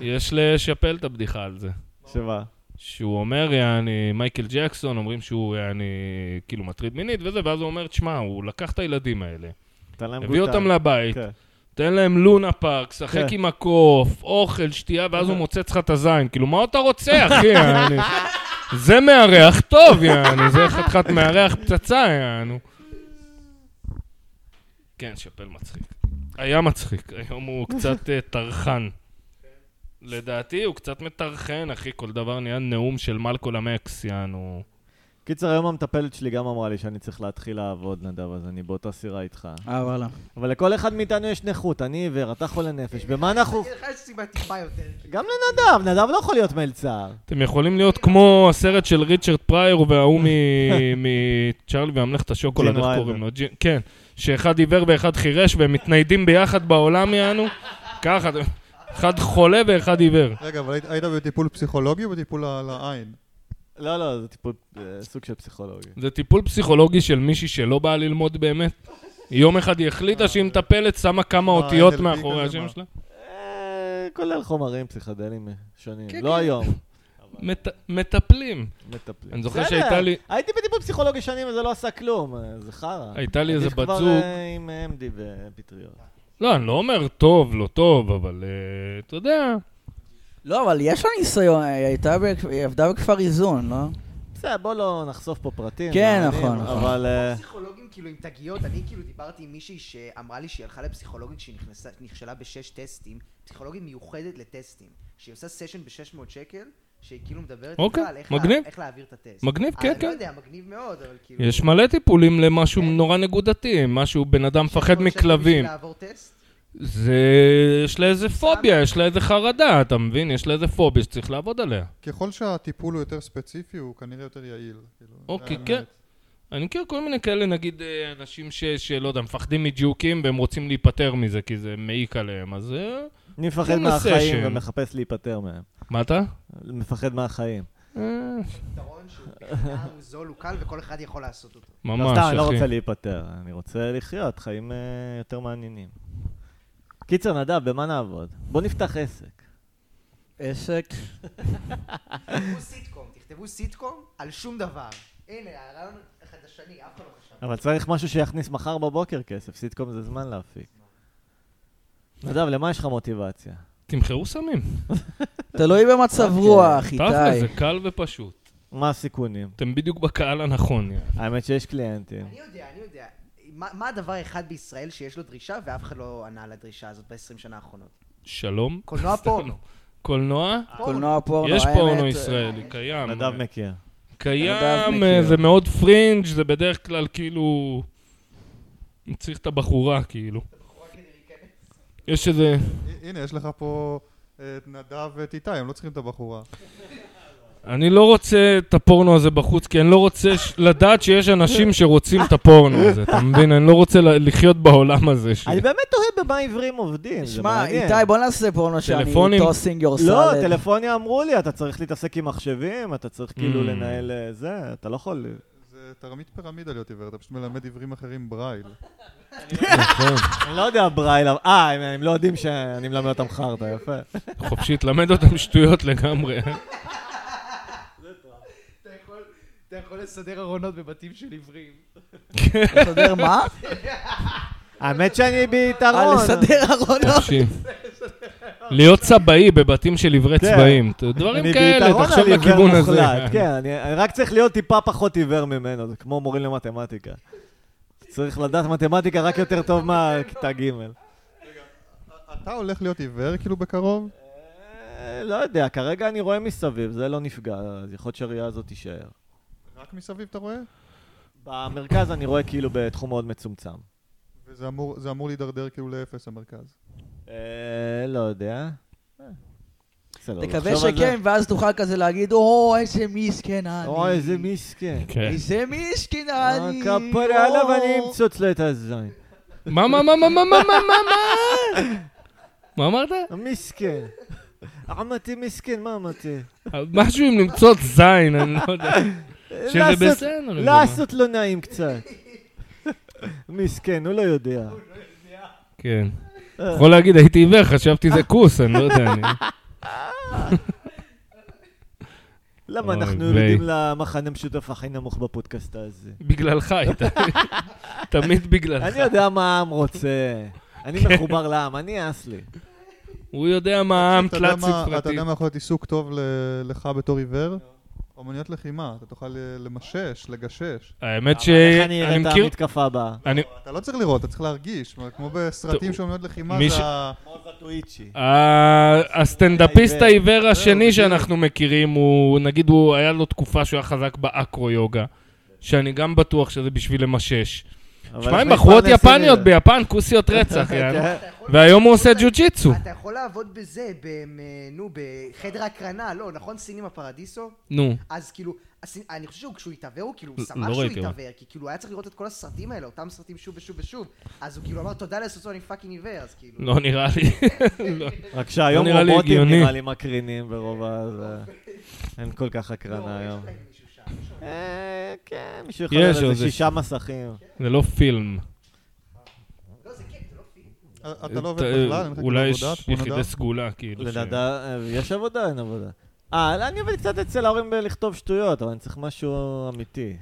C: יש לשפל את הבדיחה על זה.
A: שמה?
C: שהוא אומר, יעני, מייקל ג'קסון, אומרים שהוא, יעני, כאילו מטריד מינית וזה, ואז הוא אומר, תשמע, הוא לקח את הילדים האלה,
A: נתן להם
C: הביא
A: גוטה.
C: אותם לבית,
A: כן.
C: תן להם לונה פארק, שחק
A: כן.
C: עם הקוף, אוכל, שתייה, ואז הוא מוצץ לך את הזין. כאילו, מה אתה רוצה, אחי? יעני? זה מארח טוב, יענו, זה חתיכת מארח פצצה, יענו. כן, שאפל מצחיק. היה מצחיק, היום הוא קצת אה, טרחן. לדעתי הוא קצת מטרחן, אחי, כל דבר נהיה נאום של מלקולם אקס, יענו.
A: קיצר, היום המטפלת שלי גם אמרה לי שאני צריך להתחיל לעבוד, נדב, אז אני באותה סירה איתך.
B: אה, וואלה.
A: אבל לכל אחד מאיתנו יש נכות, אני עיוור, אתה חולה נפש. במה אנחנו...
D: לך יש סיבה טיפה יותר.
A: גם לנדב, נדב לא יכול להיות מלצר.
C: אתם יכולים להיות כמו הסרט של ריצ'רד פרייר וההוא מ- מצ'ארלי והמלאכת השוקולד,
A: ג'ין
C: איך
A: ויילדר.
C: קוראים לו? ג'ין- כן, שאחד עיוור ואחד חירש והם מתניידים ביחד בעולם יענו, ככה, אחד חולה ואחד עיוור.
E: רגע, אבל היית- היית בטיפול פסיכולוגי או בטיפול על העין?
A: לא, לא, זה טיפול... אה, סוג של פסיכולוגיה.
C: זה טיפול פסיכולוגי של מישהי שלא באה ללמוד באמת. יום אחד היא החליטה שהיא מטפלת, שמה כמה
E: אה,
C: אותיות
E: NLP
C: מאחורי
E: כזה,
C: השם
E: מה?
C: שלה.
A: אה, כולל חומרים פסיכדליים שונים.
C: כן,
A: לא
C: כן.
A: היום,
C: מט- מטפלים.
A: מטפלים.
C: אני זוכר
A: בסדר,
C: שהייתה לי-
A: הייתי בטיפול פסיכולוגי שנים וזה לא עשה כלום, אה, זה חרא.
C: הייתה לי איזה
A: עדיף
C: בת
A: כבר,
C: זוג.
A: אה, עם MD ופטריות.
C: לא, אני לא אומר טוב, לא טוב, אבל אה, אתה יודע,
B: לא, אבל יש לה ניסיון, היא הייתה בכ- היא עבדה בכפר איזון, לא?
A: בסדר, בוא לא נחשוף פה פרטים.
B: כן,
A: מעניינים,
B: נכון, נכון.
A: אבל... אה,
D: פסיכולוגים כאילו עם תגיות, אני כאילו דיברתי עם מישהי שאמרה לי שהיא הלכה לפסיכולוגית שהיא נכנסה- נכשלה בשש טסטים, פסיכולוגית מיוחדת לטסטים, שהיא עושה סשן ב-600 שקל, שהיא כאילו מדברת איתך
C: אוקיי,
D: על איך לה-
C: מגניב.
D: איך להעביר את הטסט.
C: מגניב,
D: אה,
C: כן,
D: אני
C: כן.
D: לא יודע, מגניב מאוד, אבל כאילו...
C: יש מלא טיפולים למשהו נורא נקודתי, משהו בן אדם מפחד
D: 600 שקל בשביל
C: מכלבים.
D: לעבור טסט?
C: זה... יש לה איזה פוביה, יש לה איזה חרדה, אתה מבין? יש לה איזה פוביה שצריך לעבוד עליה.
E: ככל שהטיפול הוא יותר ספציפי, הוא כנראה יותר יעיל. כאילו, זה
C: אוקיי,
E: האמת.
C: כן. אני מכיר כל מיני כאלה, נגיד, אה, אנשים ש- שלא יודע, מפחדים מג'וקים והם רוצים להיפטר מזה, כי זה מעיק עליהם, אז... אה,
A: אני מפחד
C: כן, נושא
A: מהחיים
C: שם.
A: ומחפש להיפטר מהם.
C: מה אתה?
A: מפחד מהחיים.
C: אה,
D: פתרון שהוא חינם, הוא זול, הוא קל, וכל אחד יכול לעשות אותו.
A: לא,
C: ממש,
A: סתם,
C: אחי.
A: אני לא רוצה להיפטר, אני רוצה לחיות חיים אה, יותר מעניינים. קיצר, נדב, במה נעבוד? בוא נפתח עסק.
B: עסק.
D: תכתבו סיטקום, תכתבו סיטקום על שום דבר. הנה, הרעיון החדשני, אף אחד לא חשב.
A: אבל צריך משהו שיכניס מחר בבוקר כסף, סיטקום זה זמן להפיק. נדב, למה יש לך מוטיבציה?
C: תמכרו סמים.
B: תלוי במצב
A: אוקיי.
B: רוח,
C: תכל'ס, זה
B: איתי.
C: קל ופשוט.
A: מה הסיכונים?
C: אתם בדיוק בקהל הנכון, יאללה.
A: האמת שיש קליינטים.
D: אני יודע, אני יודע. מה מה הדבר האחד בישראל שיש לו דרישה ואף אחד לא ענה על הדרישה הזאת ב-20 שנה האחרונות?
C: שלום.
D: קולנוע פורנו.
C: קולנוע?
A: אה,
B: קולנוע
A: לא,
B: פורנו,
C: יש
B: האמת,
C: פורנו
B: אה,
C: ישראלי, קיים. אה.
A: נדב מכיר.
B: נדב
C: קיים,
B: מכיר.
C: אה, זה מאוד פרינג', זה בדרך כלל כאילו... צריך את הבחורה, כאילו. יש איזה...
E: הנה, יש לך פה אה, את נדב ואת איתי, הם לא צריכים את הבחורה.
C: אני לא רוצה את הפורנו הזה בחוץ, כי אני לא רוצה ש- לדעת שיש אנשים שרוצים את הפורנו הזה, אתה מבין? אני לא רוצה ל- לחיות בעולם הזה. ש-
A: אני באמת תוהה במה עיוורים עובדים, זה
B: שמע,
A: מעניין.
B: איתי, בוא נעשה פורנו שאני
C: טלפונים?
B: טוסינג יור
A: לא,
B: סלד.
A: טלפוניה אמרו לי, אתה צריך להתעסק עם מחשבים, אתה צריך כאילו
B: Hmm.
C: Mm.
A: לנהל אה, זה, אתה לא יכול...
E: זה תרמית פירמידה להיות עיוור, אתה פשוט מלמד עיוורים אחרים ברייל.
C: נכון.
A: אני לא יודע ברייל, אבל- אה, הם- הם לא יודעים שאני מלמד אותם חרטא, יפה.
C: חופשי, תלמד אותם שטויות לגמרי. אה?
D: אתה יכול לסדר ארונות בבתים של עיוורים.
B: לסדר מה?
A: האמת שאני
B: אה,
A: ביתרון.
B: לסדר ארונות.
C: חופשי. להיות צבאי בבתים של עברי
A: כן.
C: צבעים, ת- דברים
A: אני
C: כאלה,
A: ביתרון
C: תחשוב
A: על עיוור
C: לכיוון הזה.
A: מוחלט, כן, אני אני רק צריך להיות טיפה פחות עיוור ממנו, זה כמו מורים למתמטיקה. צריך לדעת מתמטיקה רק יותר טוב מהכיתה ג'.
E: אתה הולך להיות עיוור כאילו בקרוב?
A: אה, לא יודע, כרגע אני רואה מסביב, זה לא נפגע, אז יכול להיות שהראייה הזאת תישאר.
E: רק מסביב אתה רואה?
A: במרכז אני רואה כאילו בתחום מאוד מצומצם.
E: וזה אמור, זה אמור להידרדר כאילו לאפס המרכז.
A: אה, לא יודע. אה, בסדר,
B: תקווה
A: נחשוב על זה.
B: שכן, ואז תוכל כזה להגיד, או, איזה מסכן אני.
A: אוי, איזה מסכן.
C: כן.
B: איזה מסכן
A: אה,
B: אני. לא-
A: כפרה
B: או.
A: עליו, אני אמצוץ לו את הזין.
C: מה, מה, מה, מה, מה, מה, מה, מה, מה? מה אמרת?
A: מסכן. עמתי מסכן, מה עמתי?
C: משהו עם למצוא זין, אני לא יודע. שזה
A: לעשות-
C: בסדר, זה מה.
A: לעשות לו נעים קצת. מסכן, הוא לא יודע.
C: כן. יכול להגיד, הייתי עיוור, חשבתי
A: אה.
C: זה כוס, אני לא יודע. אני-
A: למה
C: אוי,
A: אנחנו
C: ביי.
A: יורדים למחנה משותף הכי נמוך בפודקאסט הזה?
C: בגללך הייתה. תמיד בגללך.
A: אני יודע מה העם רוצה. אני
C: כן.
A: מחובר לעם, אני אס לי.
C: הוא יודע מה העם
E: אתה יודע
C: תלת
E: מה- אתה
C: ספרתי.
E: יודע מה יכול להיות עיסוק טוב ל- לך בתור עיוור? אומנויות לחימה, אתה תוכל ל- למשש, לגשש.
C: האמת
A: אבל איך אני
C: שאני
A: אראה את
C: מכיר...
A: המתקפה הבאה?
C: אני-
E: אתה לא צריך לראות, אתה צריך להרגיש, מה, כמו בסרטים
C: טוב,
E: שאומנויות לחימה
C: מי ש-
E: זה ה...
C: ה- הסטנדאפיסט
A: העיוור.
C: העיוור
A: אה,
C: השני שאנחנו מכירים, הוא, נגיד, הוא, היה לו תקופה שהוא היה חזק באקרו יוגה, שאני גם בטוח שזה בשביל למשש.
A: אבל
C: שמע,
A: איך
C: עם בחורות
A: מתפרנסים
C: יפניות
A: מזה?
C: ביפן, כוסיות רצח, יאללה.
A: כן.
C: והיום הוא עושה ג'ו-ג'יצו.
D: אתה יכול לעבוד בזה, ב- מ- נו, בחדר הקרנה, לא, נכון? סינימה פרדיסו?
C: נו,
D: אז כאילו, הסינ- אני חושב שכשהוא התעוור הוא כאילו
C: לא
D: שמח שהוא
C: ראיתי, אבל.
D: התעוור, כי כאילו היה צריך לראות את כל הסרטים האלה, אותם סרטים שוב ושוב ושוב, אז הוא כאילו אמר תודה לסוסו אני פאקינג עיוור, אז כאילו,
C: לא נראה לי. לא.
A: רק שהיום
C: לא נראה לי
A: רובוטים
C: הגיוני.
A: נראה לי מקרינים ברוב ה... זה- אין כל כך הקרנה היום. אה, כן, מישהו יכול
C: יש
A: לראות איזה
C: עוד
A: שישה מסכים.
C: זה לא פילם.
E: אתה לא עובד בכלל, אין לך כאילו
C: אה, אולי יש
E: עבודה, תמונה
C: יחידי סגולה, כאילו. ש-
A: לנדב, יש עבודה, אין עבודה. אה, אני עובד קצת אצל ההורים בלכתוב שטויות, אבל אני צריך משהו אמיתי.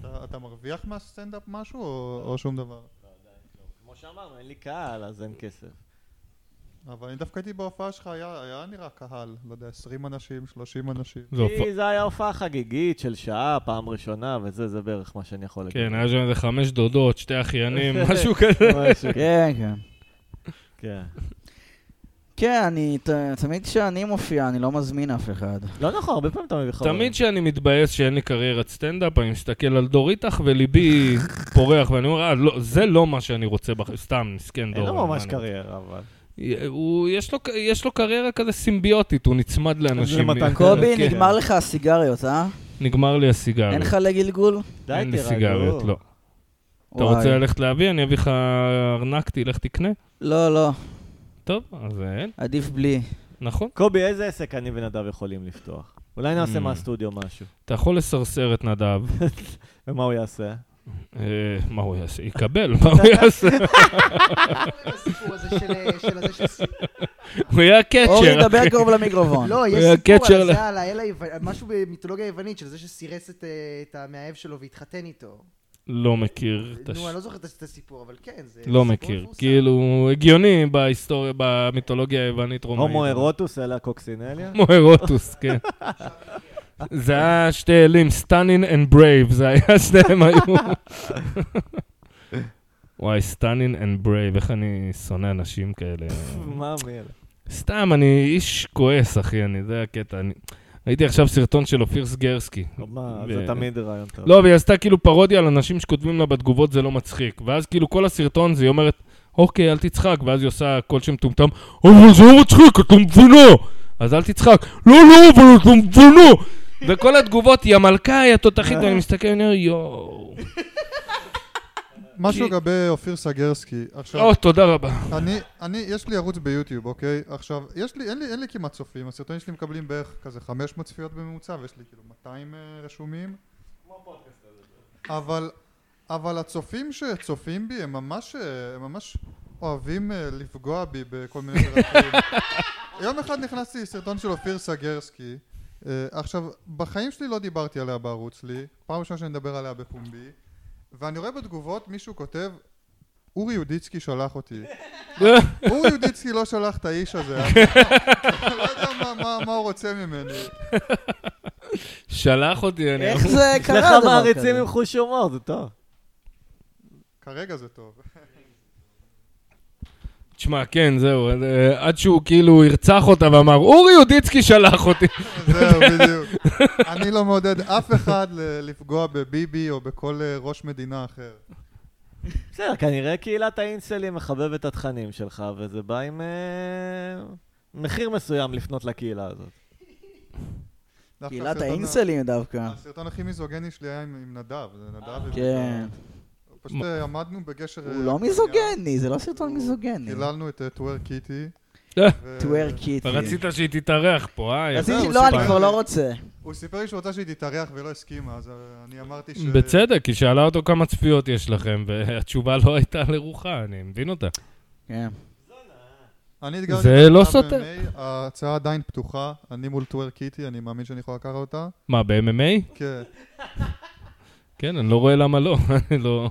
E: אתה- אתה מרוויח מהסטנדאפ משהו או או שום דבר?
A: כמו שאמרנו, אין לי קהל, אז אין כסף.
E: אבל אני דווקא הייתי בהופעה שלך, היה היה נראה קהל, לא יודע, 20 אנשים, 30 אנשים.
C: זה הופ-
A: כי זה היה הופעה חגיגית של שעה, פעם ראשונה, וזה, זה בערך מה שאני יכול להגיד.
C: כן, היה שם איזה חמש דודות, שתי אחיינים, משהו כזה.
A: משהו,
B: כן, כן.
A: כן.
B: כן, אני, ת- תמיד כשאני מופיע, אני לא מזמין אף אחד.
A: לא נכון, הרבה פעמים אתה מביא חברים.
C: תמיד כשאני מתבאס שאין לי קריירת סטנדאפ, אני מסתכל על דור איתך וליבי פורח, ואני אומר, אה, לא, זה לא מה שאני רוצה בחיים, סתם, מסכן דור.
A: אין לו
C: מה
A: ממש
C: אני-
A: קריירה, אבל.
C: הוא- יש לו- יש לו קריירה כזה סימביוטית, הוא נצמד לאנשים.
A: מתן
C: כן.
A: קובי,
B: קובי,
C: כן.
B: נגמר לך הסיגריות, אה?
C: נגמר לי הסיגריות.
B: אין לך לגלגול?
A: די,
C: אין לי
A: תירגעו.
C: סיגריות, לא. אתה
B: וואי.
C: רוצה ללכת להביא? אני אביא לך ארנק, תלך תקנה.
B: לא, לא,
C: טוב, אז אה, אין,
B: עדיף בלי.
C: נכון.
A: קובי, איזה עסק אני ונדב יכולים לפתוח? אולי נעשה
C: Hmm.
A: מהסטודיו משהו.
C: אתה יכול לסרסר את נדב.
A: ומה הוא יעשה?
C: אה, מה הוא יעשה? יקבל, מה הוא יעשה?
D: מה קורה בסיפור הזה של- של הזה של ס-
C: הוא יהיה
B: אורי,
C: קאצ'ר,
B: דבר
C: אחי.
B: קרוב למיקרופון.
D: לא, יש
C: היה
D: סיפור
C: אה, קצ'ר
D: על
C: ל-
D: זה, על האל היווני, משהו במיתולוגיה היוונית, של זה שסירס את אה, את המאהב שלו והתחתן איתו.
C: לא מכיר את הש...
D: נו, אני לא זוכר את את הסיפור, אבל כן, זה...
C: לא
D: סיפור
C: מכיר.
D: מפורסם.
C: כאילו, הגיוני בהיסטוריה, במיתולוגיה היוונית רומאית.
A: הומו אירוטוס אלא קוקסינליה?
C: הומו אירוטוס, כן. זה היה שתי אלים, סטנין אנד ברייב, זה היה שניהם היו... וואי, סטנין אנד ברייב, איך אני שונא אנשים כאלה.
A: מה המילה?
C: סתם, אני איש כועס, אחי, אני, זה הקטע. אני... ראיתי עכשיו סרטון של אופיר סגרסקי.
A: מה,
C: ו-
A: זה תמיד רעיון טוב.
B: אוקיי.
C: לא, והיא עשתה כאילו פרודיה על אנשים שכותבים לה בתגובות, זה לא מצחיק. ואז כאילו כל הסרטון זה, היא אומרת, אוקיי, אל תצחק, ואז היא עושה קול שמטומטם, אבל זה לא מצחיק, את לא מבינה! אז אל תצחק, לא, לא, אבל את לא מבינה! וכל התגובות, היא המלכה, היא התותחית,
B: אה.
C: ואני מסתכל, אני אומר, יואו.
E: משהו
C: כי-
E: לגבי אופיר סגרסקי. עכשיו,
C: או, תודה רבה.
E: אני, אני, יש לי ערוץ ביוטיוב, אוקיי? עכשיו, יש לי, אין לי, אין לי כמעט צופים, הסרטונים שלי מקבלים בערך כזה 500 צפיות בממוצע, ויש לי כאילו 200 אה, רשומים. אבל, אבל הצופים שצופים בי, הם ממש, אה, הם ממש אוהבים אה, לפגוע בי בכל מיני דרכים. יום אחד נכנסתי לסרטון של אופיר סגרסקי. אה, עכשיו, בחיים שלי לא דיברתי עליה בערוץ שלי, פעם ראשונה שאני מדבר עליה בפומבי, ואני רואה בתגובות מישהו כותב, אורי יודיצקי שלח אותי. אורי יודיצקי לא שלח את האיש הזה, אני לא יודע מה- מה- מה הוא רוצה ממני.
C: שלח אותי, אני...
B: איך זה
A: יש
B: קרה
A: לך
B: דבר כזה?
A: מעריצים עם חוש הומור, זה טוב.
E: כרגע זה טוב.
C: תשמע, כן, זהו, אז, אה, עד שהוא כאילו הרצח אותה ואמר, אורי יודיצקי שלח אותי.
E: זהו, בדיוק. אני לא מעודד אף אחד ל- לפגוע בביבי או בכל אה, ראש מדינה אחר.
A: בסדר, כנראה קהילת האינסלים מחבבת את התכנים שלך, וזה בא עם אה, מחיר מסוים לפנות לקהילה הזאת.
E: דווקא
B: קהילת אה.
E: הסרטון ה-
B: האינסלים דווקא.
E: הסרטון הכי מיזוגני שלי היה עם עם נדב, זה נדב.
B: כן.
E: פשוט אה, עמדנו בגשר... אה,
B: הוא לא מיזוגני, זה לא סרטון מיזוגני.
E: חיללנו את טוור קיטי.
C: אה.
E: ו-
B: טוור קיטי.
C: רצית שהיא תתארח פה, אה?
E: אז- זהו,
B: רציתי, לא, אני
E: סיפרתי.
B: כבר לא רוצה.
E: הוא סיפר לי שהוא רצה שהיא תתארח ולא הסכימה, אז אה, אני אמרתי ש...
C: בצדק, היא שאלה אותו כמה צפיות יש לכם, והתשובה לא הייתה לרוחה, אני מבין אותה.
B: כן.
C: אה,
E: אני אתגרתי
C: זה
E: את
C: לא
E: ה-MMA,
C: סותר.
E: ההצעה עדיין פתוחה, אני מול טוור קיטי, אני מאמין שאני יכול לקחת אותה.
C: מה, ב-MMA?
E: כן.
C: כן, אני לא רואה למה לא, אני לא...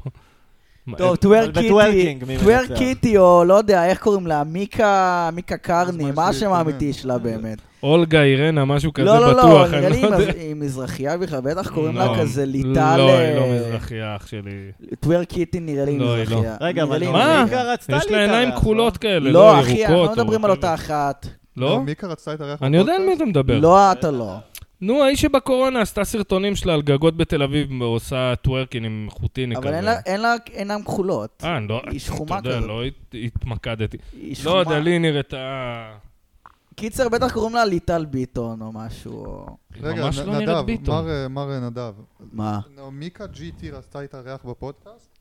C: מה,
B: טוב,
C: אה,
B: טוור
A: אבל
B: קיטי,
A: בטוורקינג, מי
B: טוור
A: מנצח?
B: קיטי, או לא יודע, איך קוראים לה? מיקה, מיקה
E: מה
B: קרני,
E: יש
B: מה
E: לי
B: השם
E: להתכונן?
B: האמיתי שלה באמת?
C: אולגה, אירנה, משהו כזה
B: לא, לא, לא,
C: בטוח,
B: נראה לי
C: אני
B: היא
C: לא יודע.
B: מז- היא מזרחייה בכלל, בטח קוראים לה
C: לא,
B: כזה ליטל... אה,
C: לא, היא לא מזרחייה, אח שלי.
B: טוור קיטי נראה לי היא
C: לא, היא לא.
B: מזרחייה.
A: רגע,
B: נראה
A: אבל
B: לי היא
C: מה?
B: מזרחייה.
A: מיקה רצתה
C: יש לה
A: להתארח,
C: עיניים
A: לא?
C: כחולות כאלה,
B: לא,
C: לא
B: אחי, אנחנו לא
C: ירוקות. או
B: מדברים על
C: whatever.
B: אותה אחת.
C: לא?
E: אה, מיקה רצתה להתארח.
C: אני יודע על מי
E: בפודקאסט?
C: אתה מדבר.
B: לא, אתה לא.
C: נו, האיש שבקורונה עשתה סרטונים שלה על גגות בתל אביב, עושה טוורקין עם חוטיני כזה.
B: אבל אין לה- אין לה עיניים כחולות.
C: אה, אני לא...
B: היא שחומה
C: אתה יודע,
B: כזאת.
C: לא הת- התמקדתי.
B: היא
C: לא יודע,
B: שחומה.
C: לי אה, נראתה...
B: קיצר, בטח קוראים לה ליטל ביטון או משהו. או-
C: היא
E: רגע,
C: ממש
E: נ-
C: לא נראית
E: נדב,
C: ביטון.
E: מר, אה, מר אה, נדב.
B: מה?
E: נו, מיקה GT רצתה להתארח בפודקאסט?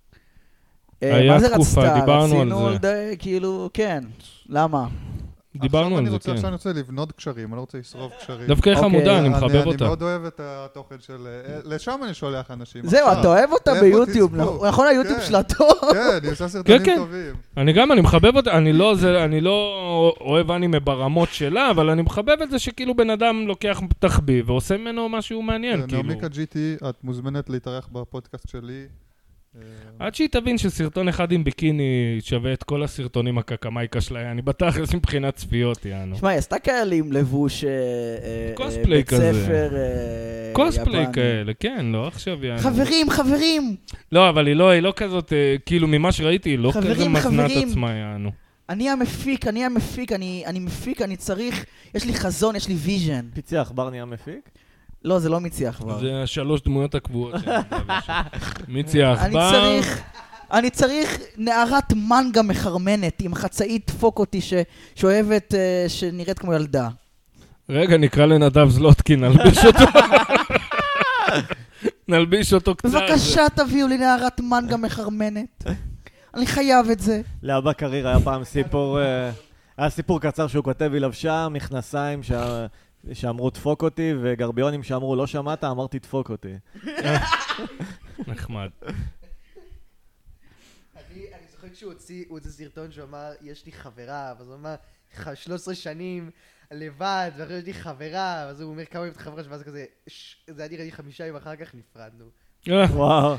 B: אה,
C: היה
B: מה זה
C: תקופה,
B: רצתה?
C: דיברנו על
B: רצינו
C: זה.
B: לד- כאילו, כן. למה?
C: דיברנו
E: עכשיו
C: על
E: אני
C: זה,
E: רוצה-
C: כן.
E: עכשיו אני רוצה לבנות קשרים, אני לא רוצה לשרוף קשרים. אה,
C: דווקא היא
B: אוקיי,
C: חמודה, אני מחבב
E: אני
C: אותה.
E: מאוד אוהב את התוכן של... אה, לשם אני שולח אנשים.
B: זהו,
E: עכשיו.
B: אתה אוהב אותה
E: לכו
B: ביוטיוב,
E: תצפו.
B: נכון? נכון, היוטיוב
E: כן.
B: שלה טוב.
E: כן, היא עושה סרטונים
C: כן, כן.
E: טובים.
C: אני גם, אני מחבב אותה, אני לא, זה, אני לא אוהב אנימה ברמות שלה, אבל אני מחבב את זה שכאילו בן אדם לוקח תחביב ועושה ממנו משהו מעניין,
E: אה,
C: כאילו.
E: נעמיקה GT, את מוזמנת להתארח בפודקאסט שלי. אה,
C: עד שהיא תבין שסרטון אחד עם ביקיני שווה את כל הסרטונים הקקמייקה שלה, יעני, בתכלס מבחינת צפיות, יענו.
B: תשמע, היא עשתה כאלה עם לבוש... אה, אה,
C: קוספליי
B: בית
C: כזה.
B: ספר אה,
C: קוספליי
B: יפני.
C: כאלה, כן, לא עכשיו יענו.
B: חברים, חברים!
C: לא, אבל היא לא, היא לא כזאת, אה, כאילו, ממה שראיתי, היא לא
B: חברים,
C: כזה מזנת
B: חברים.
C: עצמה, יענו.
B: אני המפיק, אני המפיק, אני אני מפיק, אני צריך... יש לי חזון, יש לי ויז'ן.
A: פיצח, בר נהיה מפיק?
B: לא, זה לא מיצי כבר.
C: זה השלוש דמויות הקבועות. שאני מדבר שם. מיצי
B: אני
C: העכבר,
B: צריך, אני צריך נערת מנגה מחרמנת עם חצאית דפוק אותי ש, שאוהבת, אה, שנראית כמו ילדה.
C: רגע, נקרא לנדב זלוטקין, נלביש אותו. נלביש אותו קצת.
B: בבקשה, תביאו לי נערת מנגה מחרמנת. אני חייב את זה.
A: לאבא קריר היה פעם סיפור, אה, היה סיפור קצר שהוא כותב, היא לבשה מכנסיים שה- שאמרו דפוק אותי, וגרביונים שאמרו לא שמעת, אמרתי דפוק אותי.
C: נחמד.
D: אני אני זוכר שהוא הוציא הוא איזה סרטון שהוא אמר, יש לי חברה, ואז הוא אמר, "ח- 13 שנים לבד, ואחרי יש לי חברה, ואז הוא אומר כמה אוהב את החברה שלו, ואז כזה, "ש- זה היה נראה לי חמישה ימים אחר כך נפרדנו.
C: אה,
A: וואו.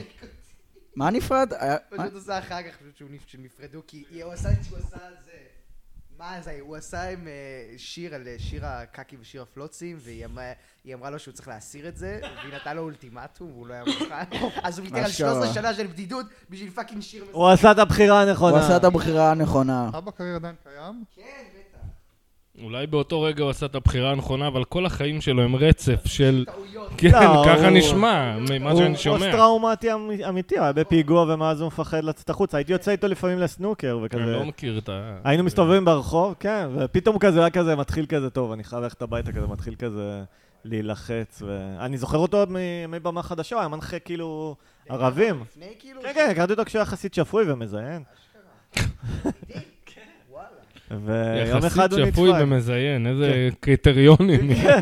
B: מה נפרד? אה, היה-
D: הוא
B: מה?
A: נכון.
D: פשוט עושה אחר כך פשוט שהוא נפ- שהם נפרדו, כי היא- הוא עשה הוא עשה זה. מה זה, הוא עשה עם אה, שיר על אה, שיר הקקי ושיר הפלוצים, והיא אמרה- היא אמרה לו שהוא צריך להסיר את זה, והיא נתנה לו אולטימטום, והוא לא היה מוכן. אז הוא ויתר על
B: אשכרה.
D: 13 שנה של בדידות בשביל פאקינג שיר מסוים.
A: הוא עשה את הבחירה הנכונה.
B: הוא עשה את הבחירה הנכונה.
E: אבא קריר עדיין קיים?
D: כן, בטח.
C: אולי באותו רגע הוא עשה את הבחירה הנכונה, אבל כל החיים שלו הם רצף של...
D: טעויות.
C: כן,
A: לא,
C: ככה
A: הוא-
C: נשמע, ממה
A: הוא
C: שאני שומע.
A: פוסט-טראומטי אמ- אמיתי, הוא היה בפיגוע ומאז הוא מפחד לצאת החוצה. הייתי יוצא איתו לפעמים לסנוקר
C: אני
A: וכזה.
C: לא מכיר את ה...
A: היינו מסתובבים ברחוב, כן, ופתאום כזה, הוא היה כזה, מתחיל כזה, טוב, אני חייב ללכת הביתה כזה, מתחיל כזה להילחץ. ו- אני זוכר אותו עוד מ- מבמה חדשה, הוא היה מנחה כאילו ערבים.
D: לפני כאילו...
A: כן, כן, הכרתי אותו כשהוא היה יחסית שפוי ומזיין.
D: וואלה.
A: ויום אה, אחד
C: יחסית
A: הוא כן. נדפק.
C: שפוי ומזיין, איזה קריטריונים.
D: אוקיי,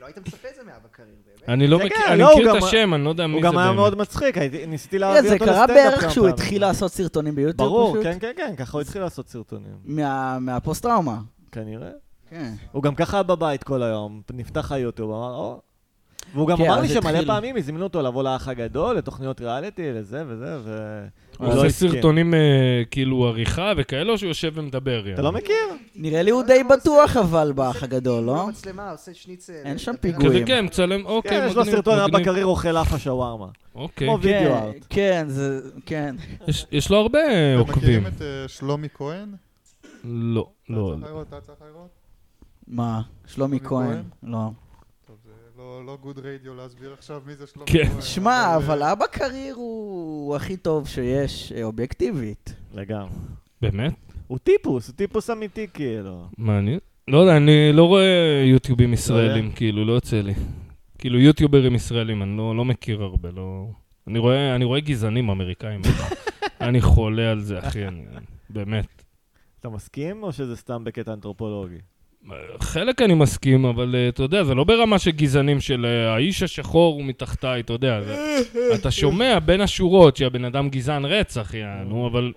D: לא היית מצפה את זה מאבא קריר, באמת.
C: אני לא
A: כן,
C: מכיר,
A: כן,
C: אני
A: לא, הוא
C: מכיר את
A: גם-
C: השם, אני לא יודע מי
A: הוא
C: זה
A: גם היה
C: באמת.
A: מאוד מצחיק, הייתי- ניסיתי
B: תראה,
A: להביא
B: כן, אה, זה
A: אותו לסטנדאפ.
B: קרה בערך
A: כמה
B: כשהוא
A: פעמים.
B: התחיל לעשות סרטונים ביוטיוב.
A: ברור,
B: פשוט.
A: כן, כן, כן, ככה הוא התחיל לעשות סרטונים,
B: מה- מהפוסט-טראומה.
A: כנראה.
B: כן.
A: הוא גם ככה היה בבית כל היום, נפתח היוטיוב, אמר, או. והוא גם
B: כן,
A: אמר
B: אז
A: לי שמלא
B: התחיל.
A: פעמים הזמינו אותו לבוא לאח הגדול, לתוכניות ריאליטי, לזה וזה, והוא
C: הוא
A: לא
C: עושה
A: הסכים.
C: אה, סרטונים אה, כאילו עריכה וכאלה, או שהוא יושב ומדבר?
A: אתה
C: יאללה?
A: לא מכיר?
B: נראה לי הוא די בטוח אבל באח הגדול, לא?
D: מצלמה, עושה שניצל.
B: אין שם
D: מדבר על-
B: פיגועים.
C: כזה כן, מצלם, אוקיי,
A: כן,
C: מגניב.
A: יש לו סרטון אבא
C: מגניב.
A: קריר אוכל אף השווארמה.
C: אוקיי,
A: כמו
C: כן.
A: וידאו
B: כן,
A: ארט.
B: כן, זה... כן.
C: יש- יש לו הרבה
E: אתם
C: עוקבים.
E: מכירים את אה, שלומי כהן?
C: לא, לא.
E: אתה צריך לראות, אתה צריך לראות?
B: מה? שלומי
E: שלומי
B: כהן? לא.
E: טוב, זה לא לא גוד רדיו להסביר עכשיו מי זה שלומי
C: כן.
E: כהן.
B: שמע, אבל
E: אה,
B: אבא קריר הוא הכי טוב שיש, אה, אובייקטיבית.
A: לגמרי.
C: באמת?
A: הוא טיפוס, הוא טיפוס אמיתי כאילו.
C: מעניין. לא יודע, אני לא רואה יוטיובים ישראלים, כאילו, לא יוצא לי. כאילו, יוטיוברים ישראלים, אני לא לא מכיר הרבה, לא... אני רואה- אני רואה גזענים אמריקאים. אני חולה על זה, אחי, אני... באמת.
A: אתה מסכים, או שזה סתם בקטע אנתרופולוגי?
C: חלק אני מסכים, אבל אה, אתה יודע, זה לא ברמה של גזענים של אה, האיש השחור הוא מתחתיי, אתה יודע. זה- אתה שומע בין השורות שהבן אדם גזען רצח, יענו, אבל...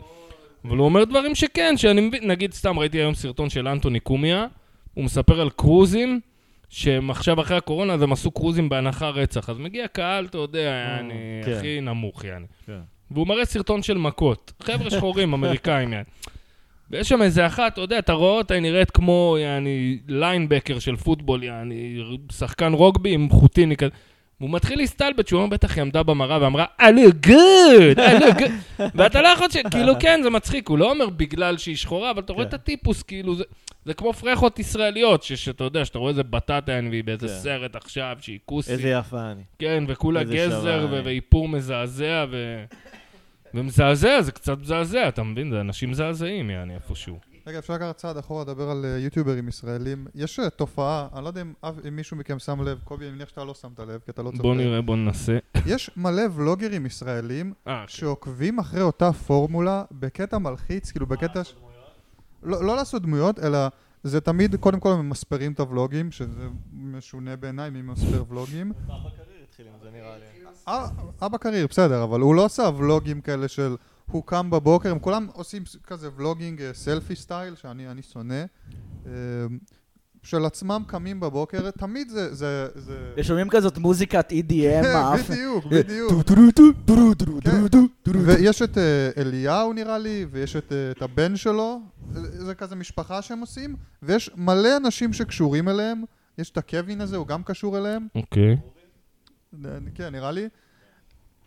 C: אבל הוא אומר דברים שכן, שאני מבין, נגיד סתם ראיתי היום סרטון של אנטוני קומיה, הוא מספר על קרוזים, שהם עכשיו אחרי הקורונה, אז הם עשו קרוזים בהנחה רצח. אז מגיע קהל, אתה יודע,
A: אה,
C: אני
A: כן.
C: הכי נמוך, יעני.
A: כן.
C: והוא מראה סרטון של מכות. חבר'ה שחורים, אמריקאים, יעני. ויש שם איזה אחת, אתה יודע, אתה רואה אותה, היא נראית כמו, יעני, ליינבקר של פוטבול, יעני, שחקן רוגבי עם חוטיני כזה. והוא מתחיל להסתלבט, שהוא אומר, בטח היא עמדה במראה ואמרה, I look good, I look good. ואתה לא יכול ש... כאילו, כן, זה מצחיק, הוא לא אומר בגלל שהיא שחורה, אבל אתה רואה
A: כן.
C: את הטיפוס, כאילו, זה... זה כמו פרחות ישראליות, ש- שאתה יודע, שאתה רואה איזה בטטה אין והיא באיזה
A: כן.
C: סרט עכשיו, שהיא כוסית.
A: איזה יפה אני.
C: כן, וכולה
A: איזה
C: גזר
A: שווה.
C: ו- ואיפור מזעזע ו... ומזעזע, זה קצת מזעזע, אתה מבין? זה אנשים מזעזעים, יעני, איפשהו.
E: אה, רגע, אפשר לקחת צעד אחורה, לדבר על אה, יוטיוברים ישראלים. יש אה, תופעה, אני לא יודע אם אף- אם מישהו מכם שם לב, קובי, אני מניח שאתה לא שמת לב, כי אתה לא צופה.
C: בוא נראה, בוא ננסה.
E: יש מלא ולוגרים ישראלים
C: אה, כן.
E: שעוקבים אחרי אותה פורמולה בקטע מלחיץ, כאילו בקטע... ש- לא לא לעשות דמויות, אלא זה תמיד, קודם כל הם ממספרים את הוולוגים, שזה משונה בעיניי מי ממספר ולוגים. אה, אבא קריר, בסדר, אבל הוא לא עשה ולוגים כאלה של הוא קם בבוקר, הם כולם עושים ס- כזה ולוגינג אה, סלפי סטייל, שאני אני שונא. אה, של עצמם קמים בבוקר, תמיד זה... זה, זה...
B: ושומעים כזאת מוזיקת EDM,
E: כן,
B: האף... אה,
E: בדיוק, בדיוק.
B: טו, טו, טו, טו, טו, טו, טו, טו, טו.
E: ויש את אה, אליהו נראה לי, ויש את, אה, את הבן שלו, זה זה כזה משפחה שהם עושים, ויש מלא אנשים שקשורים אליהם, יש את הקווין הזה, הוא גם קשור אליהם,
C: אוקיי.
E: נ- כן, נראה לי.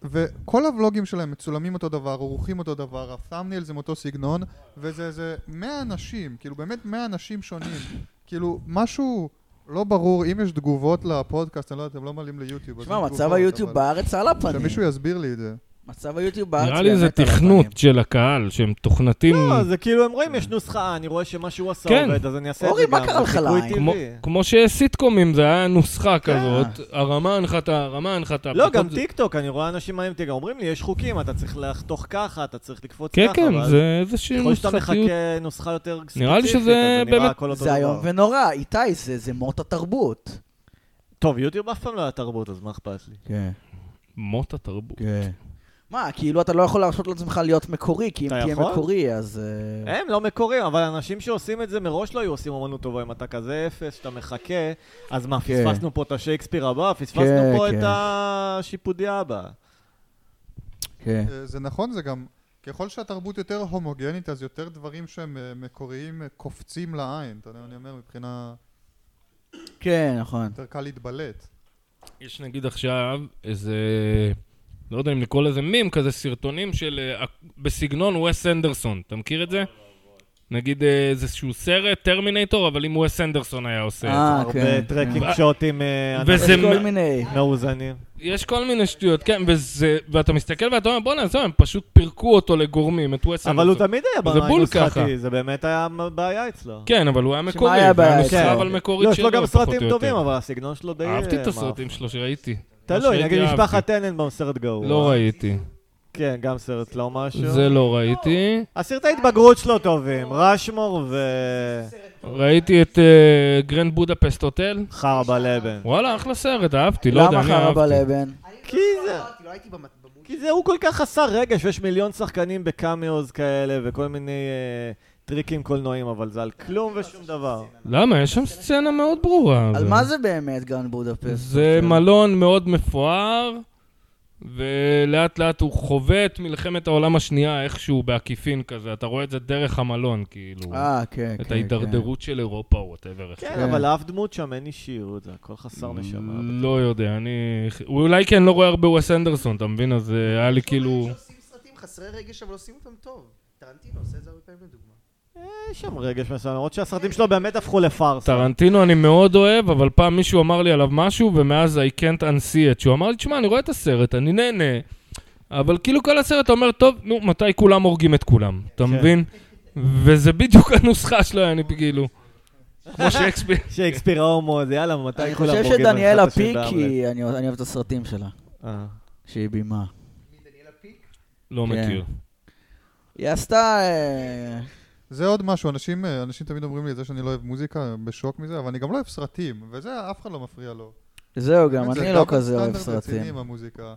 E: וכל הוולוגים שלהם מצולמים אותו דבר, עורכים אותו דבר, הפאמניאל זה מאותו סגנון, וזה איזה 100 אנשים, כאילו באמת 100 אנשים שונים. כאילו, משהו לא ברור, אם יש תגובות לפודקאסט, אני לא יודע, אתם לא מעלים ליוטיוב. אז
B: שמע,
E: אין
B: מצב
E: תגובות,
B: היוטיוב
E: אבל-
B: בארץ על הפנים.
E: שמישהו יסביר לי את זה.
B: מצב היוטיוב בארץ
C: נראה לי זה
B: באמת על הפנים.
C: תכנות של הקהל, שהם מתוכנתים
A: לא, זה כאילו, הם רואים, יש נוסחה, אה, אני רואה שמה שהוא עשה
C: כן.
A: עובד, אז אני אעשה את
B: אורי,
A: זה גם.
B: מה קרה
A: זה
B: לך
A: חיקוי
B: לעין?
A: טבעי. כן.
C: כמו- כמו שסיטקומים, זה היה נוסחה כזאת, הרמה הנחתה, הרמה הנחתה.
A: לא,
C: פחות
A: גם
C: אה, זה-
A: טיקטוק, אני רואה אנשים מעניינים אותי, גם אומרים לי, יש חוקים, אתה צריך לחתוך ככה, אתה צריך לקפוץ
C: כן,
A: ככה,
C: כן,
A: אבל
C: זה איזושהי
A: ככל שאתה
C: נוסחתיות.
A: מחכה נוסחה יותר ספציפית,
C: נראה לי שזה
A: אז נראה
C: באמת-
A: הכל אותו
B: זה איום
A: דבר.
B: ונורא, איתי, זה זה מות התרבות.
A: טוב, יוטיוב אף פעם לא היה תרבות, אז מה אכפת לי?
B: כן,
C: מות התרבות.
B: כן. מה, כאילו אתה לא יכול להרשות לעצמך להיות מקורי, כי אם
A: אתה
B: תהיה
A: יכול?
B: מקורי, אז... אה,
A: הם לא מקורים, אבל אנשים שעושים את זה מראש לא היו עושים אומנות טובה. אם אתה כזה אפס, שאתה מחכה, אז מה,
B: כן.
A: פספסנו פה את השייקספיר הבא?
B: כן,
A: פספסנו פה
B: כן.
A: את השיפודיה הבאה.
B: כן.
E: אה, זה נכון, זה גם, ככל שהתרבות יותר הומוגנית, אז יותר דברים שהם אה, מקוריים אה, קופצים לעין. אתה יודע מה אני אומר? מבחינה,
B: כן, נכון.
E: יותר קל להתבלט.
C: יש נגיד עכשיו איזה, לא יודע אם לקרוא לזה מים, כזה סרטונים של, אה, בסגנון וס אנדרסון, אתה מכיר את
A: לא,
C: זה? נגיד אה, איזשהו סרט, טרמינטור, אבל אם וס אנדרסון היה עושה את זה.
B: אה, כן.
A: הרבה טרקינג
C: ו-
A: שוטים אה,
C: וזה-
B: יש כל
C: מ-
B: מיני...
A: מאוזנים.
C: יש כל מיני שטויות, כן, וזה, ואתה מסתכל ואתה אומר, בואנה, זהו, הם פשוט פירקו אותו לגורמים, את וס אנדרסון.
A: אבל הוא תמיד היה
C: זה
A: ברעיון
C: בול ככה.
A: נוסחתי, זה באמת היה בעיה אצלו.
C: כן, אבל הוא היה מקורי,
B: היה הבעיה?
C: והנוסחה
A: כן.
C: אבל מקורית
A: לא, יש לו גם
C: פחות או
A: סרטים
C: יותר.
A: טובים, אבל הסגנון שלו די...
C: אהבתי את
A: אה,
C: הסרטים שלו שראיתי.
A: מערכת.
C: מה
A: תלוי,
C: שראיתי
A: נגיד
C: אהבתי.
A: לא, משפחת טננבאום סרט גרוע.
C: לא ראיתי.
A: כן, גם סרט לא משהו.
C: זה לא ראיתי.
A: הסרטי התבגרות שלו טובים, ראשמור
C: ראיתי את אה, גרנד בודפסט הוטל.
A: וחרבה לבן.
C: וואלה, אחלה סרט, אהבתי, לא יודע,
B: למה
C: אני
B: חרבה
C: אהבתי.
B: לבן?
A: כי זה...
D: לא הייתי במוד.
A: כי זה הוא כל כך חסר רגש, ויש מיליון שחקנים בקאמיוז כאלה, וכל מיני אה, טריקים קולנועיים, אבל זה על כלום ושום דבר.
C: למה? יש שם סצנה מאוד ברורה.
B: על מה זה באמת גרנד בודפסט?
C: זה מלון מאוד מפואר, ולאט לאט הוא חווה את מלחמת העולם השנייה איכשהו בעקיפין כזה. אתה רואה את זה דרך המלון, כאילו.
B: אה, כן, כן.
C: את ההידרדרות של אירופה, וואטאבר.
A: כן,
B: כן.
A: אבל אף דמות שם אין אישיות, זה הכל חסר נשמה.
C: לא יודע, אני... אולי כי אני לא רואה הרבה וס אנדרסון, אתה מבין? אז אה, היה לי כאילו...
D: עושים סרטים חסרי רגש, אבל עושים אותם טוב. טרנטינו עושה את זה הרבה פעמים לדוגמה.
A: יש שם רגש מסוים, למרות שהסרטים שלו באמת הפכו לפארסה.
C: טרנטינו אני מאוד אוהב, אבל פעם מישהו אמר לי עליו משהו, ומאז I can't unsee it. שהוא אמר לי, תשמע, אני רואה את הסרט, אני נהנה, אבל כאילו כל הסרט אתה אומר, טוב, נו, מתי כולם הורגים את כולם, אתה
A: כן.
C: מבין? וזה בדיוק הנוסחה שלו, אני כאילו... כמו שייקספיר.
A: שייקספיר ההומו, זה יאללה, מתי
B: אני
A: כולם
B: חושב
A: בורגים
B: שדניאלה
A: אחד את השני
B: פיק,
A: בהמלט?
B: היא- אני אני אוהב את הסרטים שלה,
A: אה.
B: שהיא בימה.
C: לא
B: כן.
C: מכיר.
B: היא עשתה... אה,
E: זה עוד משהו, אנשים, אה, אנשים תמיד אומרים לי את זה שאני לא אוהב מוזיקה, הם בשוק מזה, אבל אני גם לא אוהב סרטים, וזה אף אחד לא מפריע לו.
B: זהו, גם
E: באמת, זה
B: אני לא
E: דאבל
B: כזה אוהב
E: סטנדרט רציני
B: סרטים.
E: עם המוזיקה.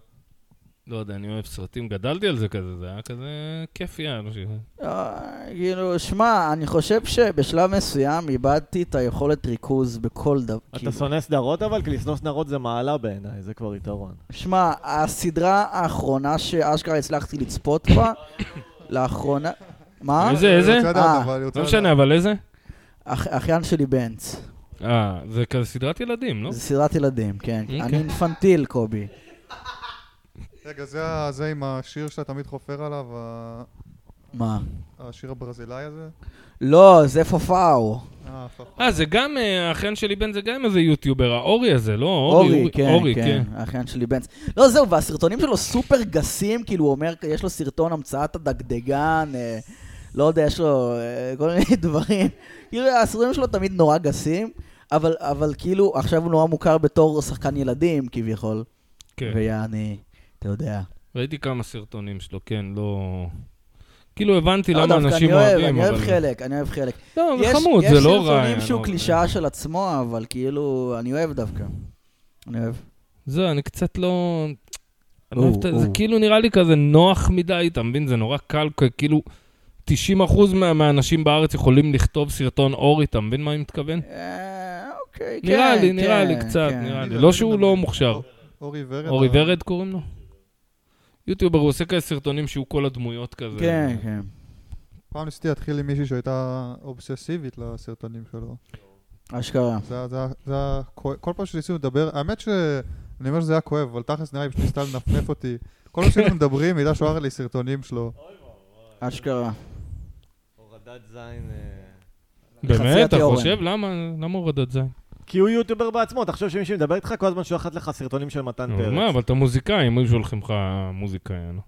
C: לא יודע, אני אוהב סרטים, גדלתי על זה כזה, זה היה כזה כיפי. היה, לא אני
B: לא,
C: חושב.
B: אה, כאילו, שמע, אני חושב שבשלב מסוים איבדתי את היכולת ריכוז בכל דבר. כאילו,
A: אתה שונא סדרות אבל? כי לשנוא סדרות זה מעלה בעיניי, זה כבר יתרון.
B: שמע, הסדרה האחרונה שאשכרה הצלחתי לצפות בה, לאחרונה... מה?
C: איזה, איזה?
E: אני רוצה
B: אה,
E: לדעת, אבל אני רוצה
C: לא
E: לדעת.
C: משנה, אבל איזה?
B: אח- אחיין שלי בנץ.
C: אה, זה כזה סדרת ילדים, לא?
B: זה סדרת ילדים, כן.
C: אוקיי.
B: אני אינפנטיל, קובי.
E: רגע, זה ה- זה עם השיר שאתה תמיד חופר עליו, ה-
B: מה?
E: השיר הברזילאי הזה?
B: לא, זה פופאו.
E: אה, פחות.
C: אה, זה גם, אה, האחיין שלי בן זה גם איזה יוטיובר, האורי הזה, לא?
B: אורי, כן,
C: אורי,
B: כן, האחיין שלי בנץ. לא, זהו, והסרטונים שלו סופר גסים, כאילו, הוא אומר, יש לו סרטון המצאת הדגדגן, אה, לא יודע, יש לו אה, כל מיני דברים. כאילו, הסרטונים שלו תמיד נורא גסים, אבל, אבל כאילו, עכשיו הוא נורא מוכר בתור שחקן ילדים, כביכול.
C: כן.
B: ויעני, אתה יודע.
C: ראיתי כמה סרטונים שלו, כן, לא... כאילו הבנתי
B: לא,
C: למה
B: דווקא
C: אנשים
B: אני אוהב,
C: אוהבים,
B: אני אוהב
C: אבל...
B: חלק, אני אוהב חלק.
C: לא, זה
B: יש-
C: חמוד, זה לא רע.
B: יש סרטונים
C: אני
B: שהוא
C: אוהב.
B: קלישאה של עצמו, אבל כאילו, אני אוהב דווקא. אני אוהב.
C: זהו, אני קצת לא... אני
B: או,
C: אוהב את ה- זה
B: או.
C: כאילו נראה לי כזה נוח מדי, אתה מבין? זה נורא קל, כ- כאילו... 90% מה- מהאנשים בארץ יכולים לכתוב סרטון אורי, אתה מבין מה אני מתכוון?
B: אה, אוקיי, כן,
C: נראה לי, נראה
B: כן,
C: לי קצת,
B: כן.
C: נראה לי.
E: אני
C: לא
E: לא
C: שהוא
E: מבין.
C: לא מוכשר.
E: אורי ורד. אה,
C: אורי
B: אה?
E: ה-
C: ורד קוראים לו? יוטיובר, הוא עושה כאלה סרטונים שהוא כל הדמויות כזה.
B: כן, כן.
E: פעם ניסיתי להתחיל עם מישהי שהייתה אובססיבית לסרטונים שלו.
B: אשכרה.
E: זה זה- זה היה, כואב- כל פעם שניסינו לדבר, האמת ש... אני אומר שזה היה כואב, אבל תכלס נראה לי פשוט ניסתה לנפנף אותי. כל פעם שהיינו מדברים, היא הייתה שולחת לי סרטונים שלו.
B: אשכרה.
A: הורדת זין... אה,
C: באמת?
B: חציית
C: אתה
B: יורן.
C: חושב? למה למה הורדת זין?
A: כי הוא יוטיובר בעצמו, תחשוב שמישהו מדבר איתך, כל הזמן שולחת לך סרטונים של מתן
B: לא
C: נו, מה,
A: פרץ.
C: אבל אתה מוזיקאי, אם היו שולחים לך מוזיקאי. נו.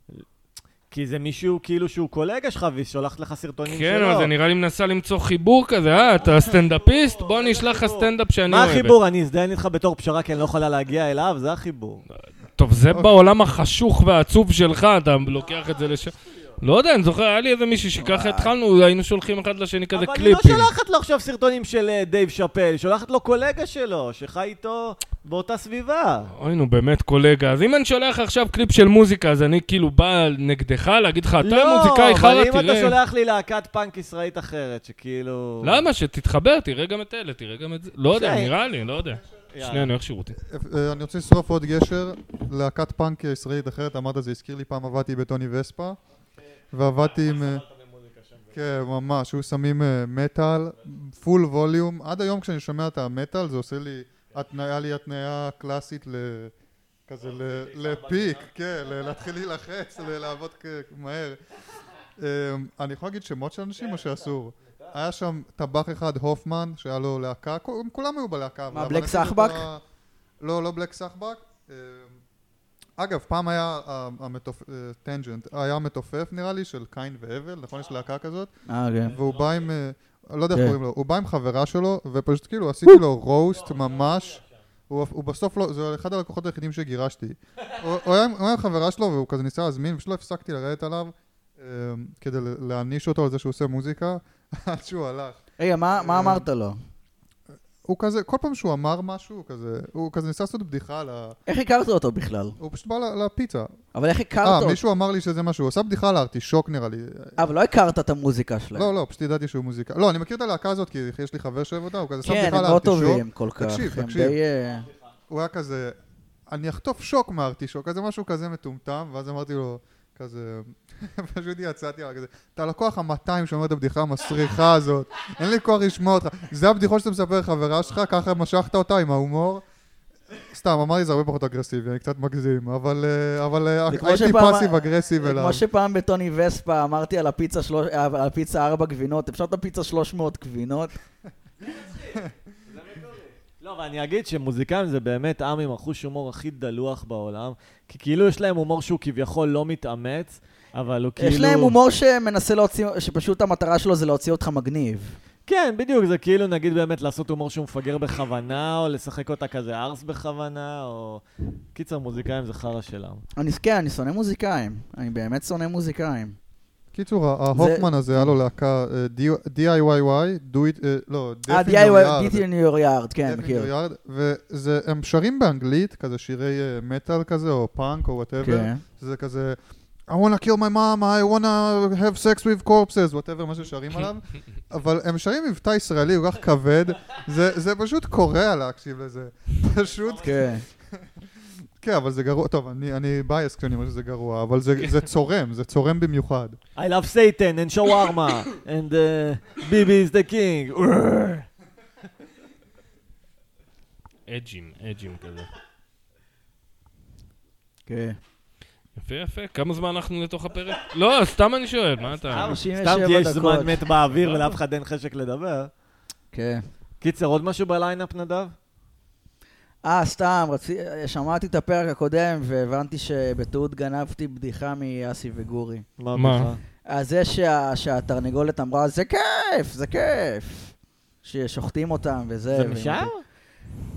A: כי זה מישהו כאילו שהוא קולגה שלך, והיא שולחת לך סרטונים שלו.
C: כן, אבל זה נראה לי מנסה למצוא חיבור כזה, אה, אתה סטנדאפיסט? בוא אני אשלח לך
A: אוקיי, חיבור.
C: סטנדאפ שאני
A: מה
C: אוהבת.
A: החיבור? אני אזדיין איתך בתור פשרה כי אני לא יכולה להגיע אליו, זה החיבור.
C: טוב, זה
E: אוקיי.
C: בעולם החשוך והעצוב שלך, אתה לוקח את זה לשם. לא יודע, אני זוכר, היה לי איזה מישהי שככה התחלנו, היינו שולחים אחד לשני כזה
A: אבל היא לא
C: קליפים.
A: שולחת לו עכשיו סרטונים של אה, דייב שאפל, היא שולחת לו קולגה שלו, שחי איתו באותה סביבה.
C: אוי, נו, באמת, קולגה. אז אם אני שולח עכשיו קליפ של מוזיקה, אז אני כאילו בא נגדך להגיד לך, אתה מוזיקאי חרא,
A: לא, אבל אם אתה
C: תראה.
A: שולח לי להקת פאנק ישראלית אחרת, שכאילו...
C: למה? שתתחבר, תראה גם את אלה, תראה גם את זה. לא יודע,
A: בסדר.
C: נראה לי, לא יודע.
A: אוקיי. יאללה.
C: שנייה, אני הולך שירותי.
E: אה, אני רוצה לשרוף עוד גשר, להקת פאנק ישראלית אחרת, אמרת זה הזכיר לי, פעם עבדתי בטוני וספה, ועבדתי עם... אה, כן, ממש, היו שמים אה, מטאל, פול ווליום, עד היום כשאני שומע את המטאל זה עושה לי, התניה לי התניה קלאסית ל... כזה ל- לפיק, כן, ל- להתחיל להילחץ, ל- לעבוד כ- מהר. אה, אני יכול להגיד שמות של אנשים או שאסור? היה שם טבח אחד, הופמן, שהיה לו להקה, כו- הם כולם היו בלהקה. אבל
B: בלק
E: אנשים
B: סחבק?
E: יותר- לא, לא בלק סחבק. אה, אגב, פעם היה אה, טנג'נט, היה מתופף נראה לי, של קין והבל, נכון? יש להקה כזאת?
B: אה, כן.
E: והוא בא עם, אה, לא יודע איך
B: כן.
E: קוראים לו, הוא בא עם חברה שלו, ופשוט כאילו עשיתי לו רוסט ממש. הוא הוא בסוף לא, זה אחד הלקוחות היחידים שגירשתי. הוא הוא היה עם- הוא היה עם חברה שלו והוא כזה ניסה להזמין, פשוט לא הפסקתי לרדת עליו אה, כדי ל- להעניש אותו על זה שהוא עושה מוזיקה, עד שהוא הלך.
B: רגע, מה מה אמרת לו?
E: הוא כזה, כל פעם שהוא אמר משהו, הוא כזה, הוא כזה ניסה לעשות בדיחה על ה...
B: איך הכרת אותו בכלל?
E: הוא פשוט בא ל- לפיצה.
B: אבל איך הכרת
E: אה,
B: אותו?
E: מישהו אמר לי שזה מה שהוא עשה בדיחה על הארטישוק נראה לי.
B: אבל לא הכרת את המוזיקה שלהם.
E: לא, לא, פשוט ידעתי שהוא מוזיקה. לא, אני מכיר את הלהקה הזאת כי יש לי חבר שאוהב אותה, הוא כזה שם
B: כן,
E: בדיחה
B: הם
E: על
B: לא
E: הארטישוק.
B: טובים כל כך.
E: תקשיב,
B: הם
E: תקשיב.
B: די, אה,
E: הוא היה כזה, אני אחטוף שוק מהארטישוק, אז זה משהו כזה מטומטם, ואז אמרתי לו, כזה, פשוט יצאתי עליו כזה, אתה הלקוח ה-200 שאומר את הבדיחה המסריחה הזאת, אין לי כוח לשמוע אותך, זה הבדיחות שאתה מספר לחברה שלך, ככה משכת אותה עם ההומור. סתם, אמר לי זה הרבה פחות אגרסיבי, אני קצת מגזים, אבל, אה, אבל אה,
B: זה כמו
E: הייתי
B: שפעם- אה,
E: פאסיב אגרסיב
B: זה
E: אליו.
B: כמו שפעם בטוני וספה אמרתי על הפיצה שלוש- על הפיצה ארבע גבינות, אפשר את הפיצה 300 גבינות?
A: לא, אבל אני אגיד שמוזיקאים זה באמת עם עם החוש הומור הכי דלוח בעולם, כי כאילו יש להם הומור שהוא כביכול לא מתאמץ, אבל הוא כאילו...
B: יש להם הומור שמנסה להוציא, שפשוט המטרה שלו זה להוציא אותך מגניב.
A: כן, בדיוק, זה כאילו נגיד באמת לעשות הומור שהוא מפגר בכוונה, או לשחק אותה כזה ארס בכוונה, או... קיצר, מוזיקאים זה חרא שלם.
B: אני, כן, אני שונא מוזיקאים. אני באמת שונא מוזיקאים.
E: קיצור, ה- ההופמן הזה, היה לו להקה אה, D- DIY, do it, אה, לא,
B: אה,
E: Death in
B: DIY,
E: Your Yard.
B: דיטי ניו יורק יארד, כן,
E: Death in
B: מכיר.
E: Your Yard, וזה, הם שרים באנגלית, כזה שירי אה, מטאל כזה, או פאנק, או וואטאבר.
B: כן.
E: שזה כזה, I want to kill my mom, I want to have sex with corpses, וואטאבר, מה ששרים עליו. אבל הם שרים מבטא ישראלי כל כך כבד, זה, זה פשוט קורע להקשיב לזה. פשוט,
B: כן.
E: כן, אבל זה גרוע, טוב, אני, אני בייס כשאני אומר שזה גרוע, אבל זה, זה צורם, זה צורם במיוחד.
A: I love Satan and shawarma, and uh, ביבי is the king.
C: אג'ים, אג'ים כזה.
B: כן.
C: יפה, יפה. כמה זמן אנחנו לתוך הפרק? לא, סתם אני שואל, מה אתה...
B: 57
A: אה, סתם כי יש
B: דקות.
A: זמן מת באוויר ולאף אחד אין חשק לדבר.
B: כן.
A: קיצר, עוד משהו בליינאפ, נדב?
B: אה, סתם, רצי- שמעתי את הפרק הקודם והבנתי שבטעות גנבתי בדיחה מאסי וגורי.
C: מה?
A: הבדיחה?
B: אז זה שה, שהתרנגולת אמרה, זה כיף, זה כיף. ששוחטים אותם וזה.
A: זה
B: ועם
A: משם?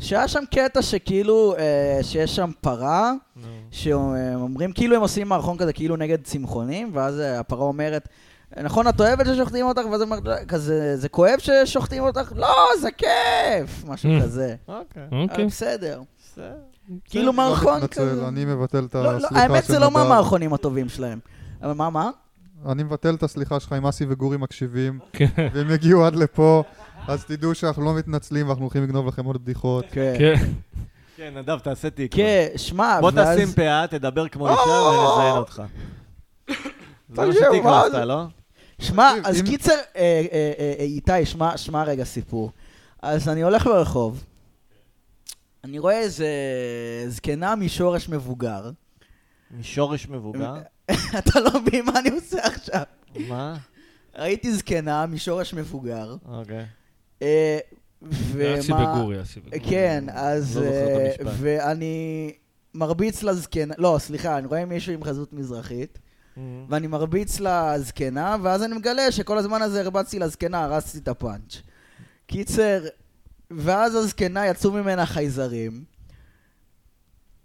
B: שהיה שם קטע שכאילו, אה, שיש שם פרה, שאומרים, כאילו הם עושים מערכון כזה, כאילו נגד צמחונים, ואז אה, הפרה אומרת, נכון, את אוהבת ששוחטים אותך? ואז היא אומרת, "לא, כזה, זה כואב ששוחטים אותך? לא, זה כיף! משהו
C: Mm.
B: כזה.
A: אוקיי.
C: אוקיי.
B: אבל בסדר.
A: בסדר.
B: כאילו מערכון
E: לא מתנצל,
B: כזה.
E: אני מבטל את
B: לא,
E: הסליחה
B: לא,
E: של
B: האמת זה לא
E: נדב.
B: מהמערכונים הטובים שלהם. אבל מה, מה?
E: אני מבטל את הסליחה שלך אם אסי וגורי מקשיבים,
C: כן.
E: והם יגיעו עד לפה, אז תדעו שאנחנו לא מתנצלים ואנחנו הולכים לגנוב לכם עוד בדיחות.
B: כן.
C: כן.
A: כן, נדב, תעשה תיק.
B: כן, שמע,
A: בוא
B: ואז-
A: תשים פאה, תדבר כמו אישה ונזיין אותך. זה מה שתיק
B: מה
A: עשת,
B: זה?
A: לא?
B: שמע,
E: תקשיב,
B: אז
E: אם-
B: קיצר, אה, אה, אה, אה, איתי, שמע, שמע רגע סיפור. אז אני הולך ברחוב, אני רואה איזה זקנה משורש מבוגר.
A: משורש מבוגר?
B: אתה לא מבין מה אני עושה עכשיו.
A: מה?
B: ראיתי זקנה משורש מבוגר,
A: אוקיי.
B: אה,
C: זה אסי וגורי, אסי
A: אה,
C: וגורי.
B: כן, אז...
A: לא זוכר את
B: אה,
A: המשפט.
B: ואני מרביץ לזקנה, לא, סליחה, אני רואה מישהו עם חזות מזרחית, ואני מרביץ לזקנה, ואז אני מגלה שכל הזמן הזה הרבצתי לזקנה, הרסתי את הפאנץ'. קיצר, ואז הזקנה יצאו ממנה חייזרים.
E: פה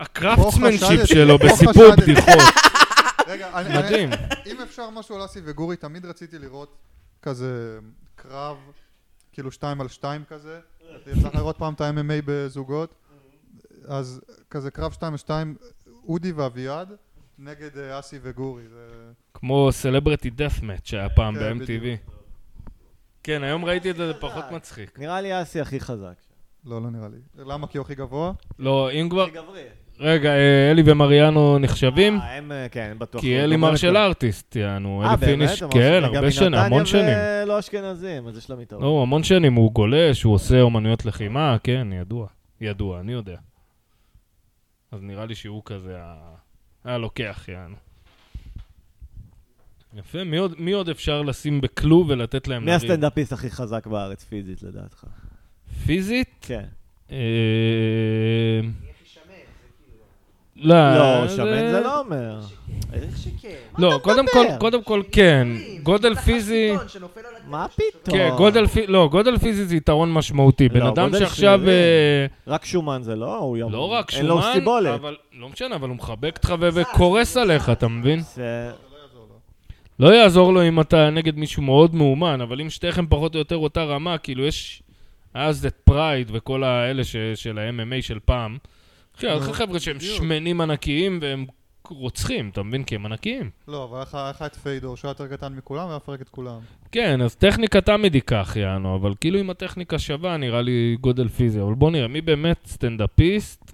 C: הקראפטסמנשיפ
E: חשדתי,
C: שלו
E: פה
C: בסיפור
E: חשדתי.
C: בדיחות.
E: רגע, אני- אני-
C: מדהים.
E: אם אפשר משהו על אסי וגורי, תמיד רציתי לראות כזה קרב, כאילו שתיים על שתיים כזה. יצא לך לראות פעם את ה-MMA בזוגות. אז כזה קרב שתיים על שתיים, אודי ואביעד נגד אה, אסי וגורי. זה-
C: כמו סלברטי דף מאט שהיה פעם
E: כן,
C: ב-MTV. כן, היום ראיתי את זה, זה
A: אה,
C: פחות מצחיק.
A: נראה לי אסי הכי חזק.
E: לא, לא נראה לי. למה? כי הוא הכי גבוה?
C: לא, אם כבר...
A: גברי.
C: רגע, אה, אלי ומריאנו נחשבים?
A: אה, הם, אה, כן, בטוח.
C: כי אלי מרשל ארטיסט, יענו,
A: אה,
C: אלי
A: באמת?
C: פיניש,
A: אמר
C: כן,
A: שזה גם אה,
C: הרבה שנים, המון
A: מנתניה
C: שנים.
A: ולא אשכנזים, אז יש להם יתרון.
C: לא, המון שנים, הוא גולש, הוא עושה אומנויות לחימה, כן, ידוע. ידוע, אני יודע. אז נראה לי שהוא כזה ה... הלוקח, יענו. יפה, מי עוד, מי עוד אפשר לשים בכלוב ולתת להם
A: מי הסטנדאפיסט הכי חזק בארץ פיזית, לדעתך?
C: פיזית?
A: כן.
C: אה... לא,
A: לא, שמן זה לא אומר.
D: איך שכן.
C: לא, קודם כל, קודם כל כן, גודל
D: שטח
C: פיזי,
D: הקיטון שנופל על
A: מה
D: הגב.
A: פתאום?
C: כן, גודל פיזי, לא, גודל פיזי זה יתרון משמעותי. בן
A: לא,
C: אדם
A: גודל
C: שעכשיו,
A: שרירים.
C: אה,
A: רק שומן זה לא? הוא יום.
C: לא רק
A: אין לו
C: שומן,
A: סיבולת.
C: אבל, לא משנה, אבל הוא מחבק אותך ו- וקורס עליך, אתה מבין?
A: זה-
C: לא יעזור לו אם אתה נגד מישהו מאוד מאומן, אבל אם שתיכם פחות או יותר אותה רמה, כאילו יש... אז את פרייד וכל האלה ש- של ה-MMA של פעם. אחי, היה לך חבר'ה שהם
E: בדיוק.
C: שמנים ענקיים והם רוצחים, אתה מבין? כי הם ענקיים.
E: לא, אבל היה לך- היה לך את פיידור, שהיה יותר קטן מכולם והיה מפרק את כולם.
C: כן, אז טכניקה תמיד ייקח, יענו, אבל כאילו אם הטכניקה שווה, נראה לי גודל פיזי. אבל בוא נראה, מי באמת סטנדאפיסט?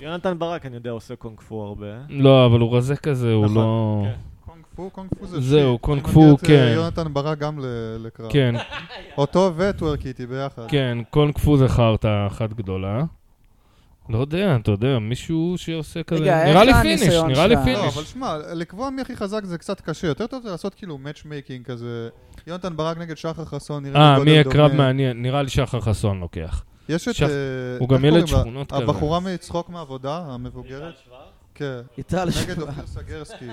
A: יונתן ברק, אני יודע, עושה קונג פו הרבה.
C: לא, אבל הוא רזה כזה, הוא
A: נכון,
C: לא...
A: כן.
E: קונג פו, קונג פו זה
C: זהו,
E: שיט.
C: קונג
E: אני
C: פו,
E: מביא את, אה,
C: כן.
E: יונתן ברק גם ל- לקרב.
C: כן,
E: אותו וטוורק איתי ביחד.
C: כן, קונג פו זה חרטא אחת גדולה. לא יודע, אתה יודע, מישהו שעושה כזה...
B: רגע, איך
C: נראה לי
B: הניסיון
C: פיניש, נראה לי
B: שלך?
E: לא, אבל
C: פיניש.
E: שמע, לקבוע מי הכי חזק זה קצת קשה. יותר טוב זה לעשות כאילו מאצ'מייקינג כזה. יונתן ברק נגד שחר חסון,
A: לא,
E: נראה לי
C: אה,
E: גודל
C: מי יהיה
E: דומה.
C: קרב מעניין? נראה לי שחר חסון לוקח.
E: יש את...
C: שח-
E: אה,
C: הוא
E: איך
C: גם ילד
E: קוראים לה?
C: שכונות כזה.
E: הבחורה מצחוק מעבודה, המבוגרת. כן.
B: איתה
E: נגד אופיר סגרסקי.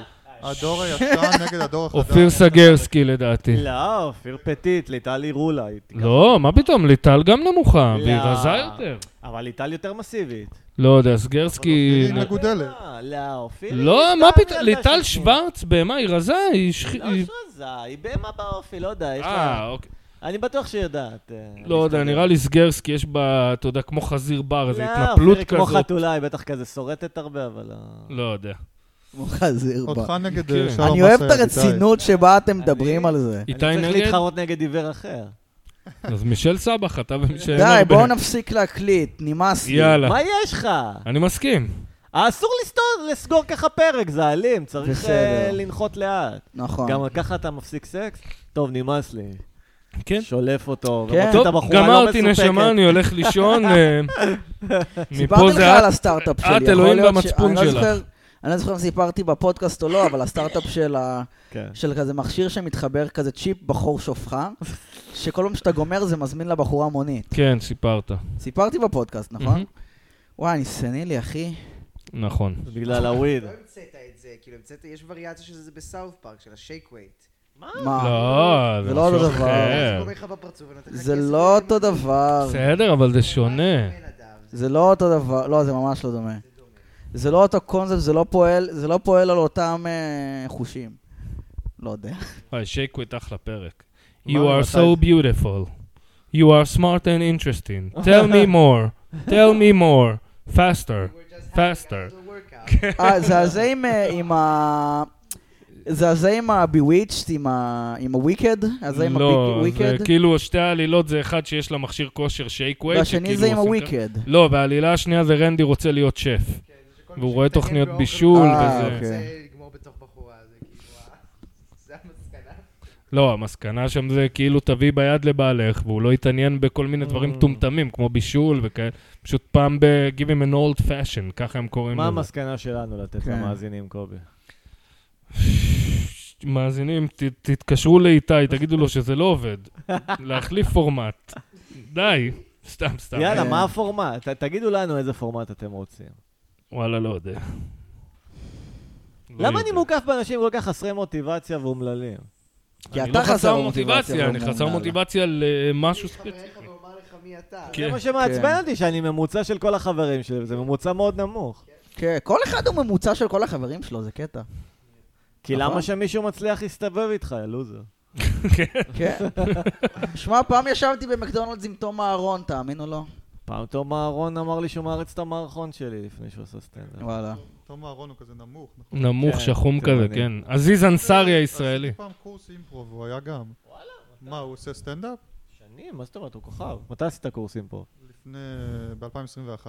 E: הדור הישן נגד הדור החדש.
C: אופיר סגרסקי לדעתי.
A: לא, אופיר פטיט, ליטלי רולה. היא תיקח.
C: לא, מה פתאום, ליטל גם נמוכה,
A: לא.
C: והיא רזה יותר.
A: אבל ליטל יותר מסיבית.
C: לא יודע, סגרסקי...
E: היא מגודלת.
A: אה, לא, אופיר...
C: לא,
A: היא
C: מה
A: סתם
C: פתאום,
A: ילדה
C: ליטל
A: של-
C: שוורץ, בהמה, היא רזה, היא... שכ-
A: לא
C: היא-
A: שרזה, היא בהמה באופי, לא יודע, יש לה...
C: אה, אוקיי.
A: אני בטוח שהיא יודעת. אה,
C: לא יודע,
A: להסתדר.
C: נראה לי סגרסקי, יש בה, אתה יודע, כמו חזיר בר, איזו
A: לא,
C: התנפלות
A: אופיר היא כמו
C: כזאת.
A: חתולה, היא בטח כזה שורטת הרבה, אבל... לא.
C: לא יודע.
B: כמו חזיר
E: אותך
B: בה.
E: נגד
C: כן.
E: אה, שלום
B: אני אוהב את
E: מסייד, איתי.
B: הרצינות שבה אתם מדברים על זה.
C: איתי
A: אני צריך
C: נגד?
A: להתחרות נגד עיוור אחר.
C: אז מישל סבח, אתה ומישל
B: די,
C: ארבל.
B: בואו נפסיק להקליט, נמאס לי.
C: יאללה.
A: מה יש לך?
C: אני מסכים.
A: אסור לסתור- לסגור ככה פרק, זה אלים, צריך
B: בסדר.
A: אה, לנחות לאט.
B: נכון.
A: גם ככה אתה מפסיק סקס? טוב, נמאס לי.
C: כן.
A: שולף אותו,
B: כן.
A: ומוצא את
C: טוב,
A: הבחורה לא
C: גמרתי נשמה,
A: מסופקת.
C: אני הולך לישון. אה, מפה
B: סיפרתי לך
C: זה
B: על
C: את.
B: הסטארט-אפ
C: את
B: שלי. יכול
C: אלוהים
B: להיות ש-
C: במצפון
B: אני לא
C: שלך.
B: זוכר- אני לא זוכר אם סיפרתי בפודקאסט או לא, אבל הסטארט-אפ של ה-
A: כן.
B: של כזה מכשיר שמתחבר כזה צ'יפ בחור שופחה, שכל פעם שאתה גומר זה מזמין לבחורה מונית.
C: כן, סיפרת.
B: נכון? סיפרתי בפודקאסט, נכון?
C: מהמם.
B: וואי, אני סנילי, אחי.
C: נכון.
A: בגלל הוויד.
D: לא המצאת את זה, כאילו המצאת, יש וריאציה של זה בסאוף פארק, של השייק ווייט.
B: מה?
C: לא,
B: זה
C: זה
B: לא
C: משהו
B: אותו דבר.
C: אחר.
D: זה גומר לך בפרצוף ונותן לך
B: זה
D: כסף
B: לא
D: ונותן
B: אותו דבר.
C: בסדר, אבל זה שונה.
D: לך בן אדם. זה-
B: זה לא אותו דבר. לא, זה ממש לא דומה. זה לא אותו קונספט, זה לא פועל, זה לא פועל על אותם אה, חושים. לא יודע.
C: וואי, שייקוויט אחלה פרק. You
A: מה,
C: are
A: מתי
C: so beautiful. You are smart and interesting. Tell me more. Tell me more. faster.
D: We're just having a
C: faster.
D: little workout.
B: אה, זה הזה עם, אה, עם ה... זה הזה עם ה-Bewitched, עם ה- עם ה-Wicked? הזה עם
C: לא, זה
B: ה-Wicked?
C: כאילו שתי העלילות זה אחד שיש לה מכשיר כושר שייקווייט.
B: והשני זה עם ה-Wicked.
C: לא, והעלילה השנייה זה רנדי רוצה להיות שף.
D: כן, שכל מי
C: והוא רואה
D: שמתנגן
C: תוכניות
D: באוכל
C: בישול
D: ובאוכל
B: וזה.
D: רוצה
B: אוקיי.
D: לגמור בתוך בחורה, זה כאילו... ה- זה המסקנה.
C: לא, המסקנה שם זה כאילו תביא ביד לבעלך, והוא לא יתעניין בכל מיני דברים מטומטמים, כמו בישול וכאלה. פשוט פעם ב- give him an old fashion, ככה הם קוראים
A: מה
C: לזה.
A: המסקנה שלנו לתת
B: כן.
A: למאזינים, קובי?
C: מאזינים, ת- תתקשרו לאיתי, תגידו לו שזה לא עובד. להחליף פורמט. די. סתם, סתם.
A: יאללה,
B: כן.
A: מה הפורמט? ת- תגידו לנו איזה פורמט אתם רוצים.
C: וואלה, לא יודע. לא
A: למה אני
C: יודע.
A: מוקף באנשים כל כך חסרי מוטיבציה ואומללים?
B: כי
C: אני
B: אתה
C: לא
B: חסר
C: חסר
B: מוטיבציה,
C: מוטיבציה, אני
B: ואומר,
C: חסר
B: "יאללה".
C: מוטיבציה למשהו ספציפי.
D: חבריך ואומר לך מי אתה.
C: כן.
A: זה מה שמעצבן
B: כן.
A: אותי, שאני ממוצע של כל החברים שלי, וזה ממוצע מאוד נמוך.
B: כן, כל אחד הוא ממוצע של כל החברים שלו, זה קטע.
A: כי
B: נכון.
A: למה שמישהו מצליח להסתובב איתך, יא לוזר?
B: כן. שמע, פעם ישבתי במקדונלדס עם תום אהרון, תאמין או לא?
A: פעם תום אהרון אמר לי שהוא מעריץ את המערכון שלי לפני שהוא עשה סטנדאפ.
B: וואלה.
E: תום אהרון הוא כזה נמוך, נכון?
C: נמוך,
A: כן,
C: שחום כזה,
A: תימני.
C: כן. עזיז אנסארי הישראלי.
E: אה, עשיתי פעם קורס אימפרוב, הוא היה גם. וואלה. מה, הוא עושה סטנדאפ?
A: שנים? מה זאת אומרת? הוא כוכב. מתי עשית קורסים פה?
E: לפני... ב-2021.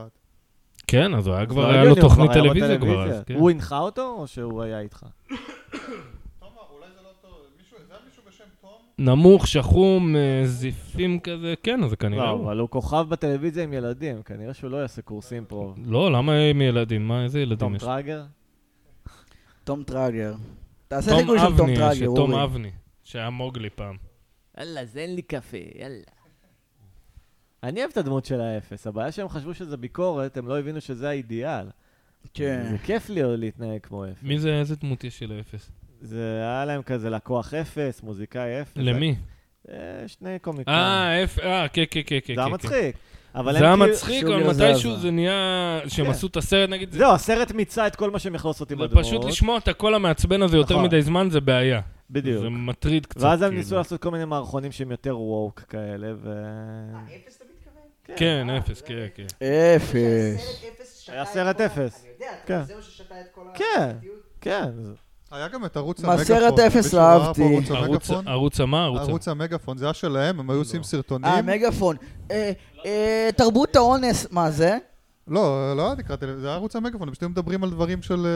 C: כן, אז הוא היה כבר,
A: לא
C: היה לו
A: הגיוני, הוא
C: תוכנית
A: היה
C: טלוויזיה כבר
A: בטלוויזיה.
C: אז, כן.
A: הוא הנחה אותו, או שהוא היה איתך?
E: תום, אולי זה לא טוב. זה היה מישהו בשם תום?
C: נמוך, שחום, אה, זיפים כזה, כן, אז זה כנראה
A: לא,
C: הוא.
A: אבל הוא כוכב בטלוויזיה עם ילדים, כנראה שהוא לא יעשה קורסים פה.
C: לא, למה עם ילדים? מה, איזה ילדים
A: תום
C: יש?
A: טראגר?
B: תום טראגר. תעשה
C: תום
B: חיקוי של תום
C: אבני,
B: טראגר,
C: שתום
B: אורי.
C: אבני, שהיה מוגלי פעם.
A: יאללה, אז אין לי קפה, יאללה. אני אוהב את הדמות של האפס, הבעיה שהם חשבו שזה ביקורת, הם לא הבינו שזה האידיאל.
B: כן.
A: זה כיף לי להתנהג כמו אפס.
C: מי זה, איזה דמות יש של אפס?
A: זה היה להם כזה לקוח אפס, מוזיקאי אפס.
C: למי?
A: אה, שני קומיקאים.
C: אה, אפ- אה, כן, כן, כן, כן.
A: זה היה
C: כן,
A: מצחיק.
C: כן.
A: אבל
C: זה היה
A: הם כאילו-
C: מצחיק,
B: שולי
C: אבל
B: עזרזר.
C: מתישהו זה נהיה... שהם
A: כן.
C: עשו את הסרט, נגיד, זה
A: זהו, הסרט מיצה את כל מה שמכלוס אותי
C: זה
A: בדמות.
C: פשוט לשמוע את הקול המעצבן הזה יותר
A: נכון.
C: מדי זמן, זה בעיה.
A: בדיוק.
C: זה מטריד קצת.
A: ואז הם
C: כאילו.
A: ניסו לעשות כל מיני מערכונים שהם יותר ווק כאלה, ו...
D: אה, אפס אתה מתכוון?
C: כן, אפס, כן, כן.
B: אפס.
D: שהסרט אפס שתה
A: היה
D: את
A: סרט
D: כל ה-
A: אפס.
D: אני יודע, אתה
A: כן.
D: יודע, זה מה ששתה את כל ה...
A: כן.
D: הפרטיות.
A: כן, זה-
E: היה גם את ערוץ
B: מה,
E: המגפון.
B: סרט אפס
E: מישהו לא ראה פה
B: אהבתי.
E: ערוץ
C: ערוץ-
E: המגפון?
C: ערוץ המה? ערוץ לא.
E: ערוץ המגפון, זה היה שלהם, הם היו עושים
B: אה,
E: סרטונים.
B: מגפון. אה, אה, תרבות האונס, מה זה?
E: לא, לא היה נקרא טלוויזיה, זה היה ערוץ המגפון, הם פשוט היו מדברים על דברים של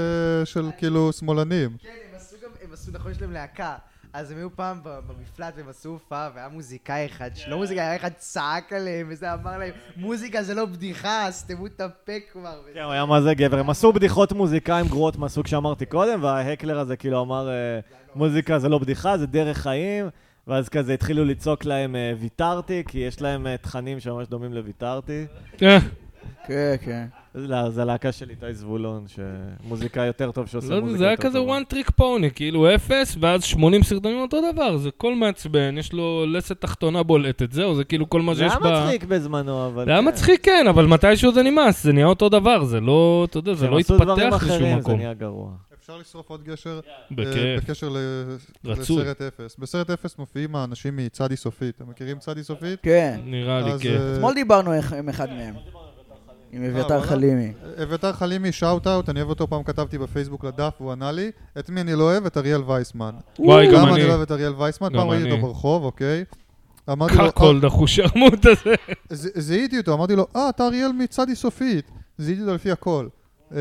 E: אה, של כאילו שמאלנים.
D: כן, הם עשו גם, הם עשו, נכון, יש להם להקה. אז הם היו פעם ב- במפלט והם עשו הופעה, והיה מוזיקאי אחד,
A: כן.
D: לא מוזיקאי, היה אחד צעק עליהם, וזה אמר להם, מוזיקה זה לא בדיחה, אז סתמו את הפה כבר.
A: כן, הוא היה מה זה גבר. הם עשו בדיחות מוזיקאים גרועות מהסוג שאמרתי קודם, וההקלר הזה כאילו אמר, אה, מוזיקה זה לא בדיחה, זה דרך חיים. ואז כזה התחילו לצעוק להם אה, ויתרתי, כי יש להם אה, תכנים שממש דומים לויתרתי.
C: אה,
B: כן, כן.
A: לא, זה הלהקה של איתי זבולון, שמוזיקאי יותר טוב שעושה
C: לא
A: מוזיקה יותר
C: יודע, זה היה כזה
A: טובה.
C: one trick pony, כאילו אפס, ואז 80 סרטונים אותו דבר, זה קול מעצבן, יש לו לסת תחתונה בולטת, זהו, זה כאילו כל מה
A: זה
C: שיש
A: היה
C: ב...
A: מצחיק בזמנו, אבל...
C: זה היה
A: כן.
C: מצחיק, כן, אבל מתישהו זה נמאס, זה נהיה אותו דבר, זה לא, אתה יודע, זה
A: כשהם
C: לא
A: כן, עשו דברים
C: התפתח
A: אחרים,
C: לשום
A: זה
C: מקום.
A: נהיה גרוע.
E: אפשר לשרוף עוד גשר? אה,
C: כן, בכיף.
E: בקשר ל-
C: רצוי.
E: לסרט אפס. בסרט אפס מופיעים האנשים מצדי סופית. אתם מכירים צדי סופית?
B: כן.
C: נראה לי,
E: אז,
C: כן.
E: אה,
B: אתמול דיברנו איך- עם אחד מהם.
C: אה,
B: עם אביתר
E: וואלה?
B: חלימי.
E: אביתר חלימי, שאוט אאוט, אני אוהב אותו, פעם כתבתי בפייסבוק לדף, הוא ענה לי, את מי אני לא אוהב? את אריאל וייסמן.
C: וואי, גם
E: אני
C: אני.
E: לא אוהב את אריאל וייסמן,
C: גם
E: פעם ראיתי
C: אני.
E: אותו ברחוב, אוקיי? אמרתי לו,
C: קרקול דחוש שרמוט הזה.
E: "אה, ז- זיהיתי אותו, אמרתי לו, אה, אתה אריאל מצדי סופית. זיהיתי אותו לפי הקול. אמ,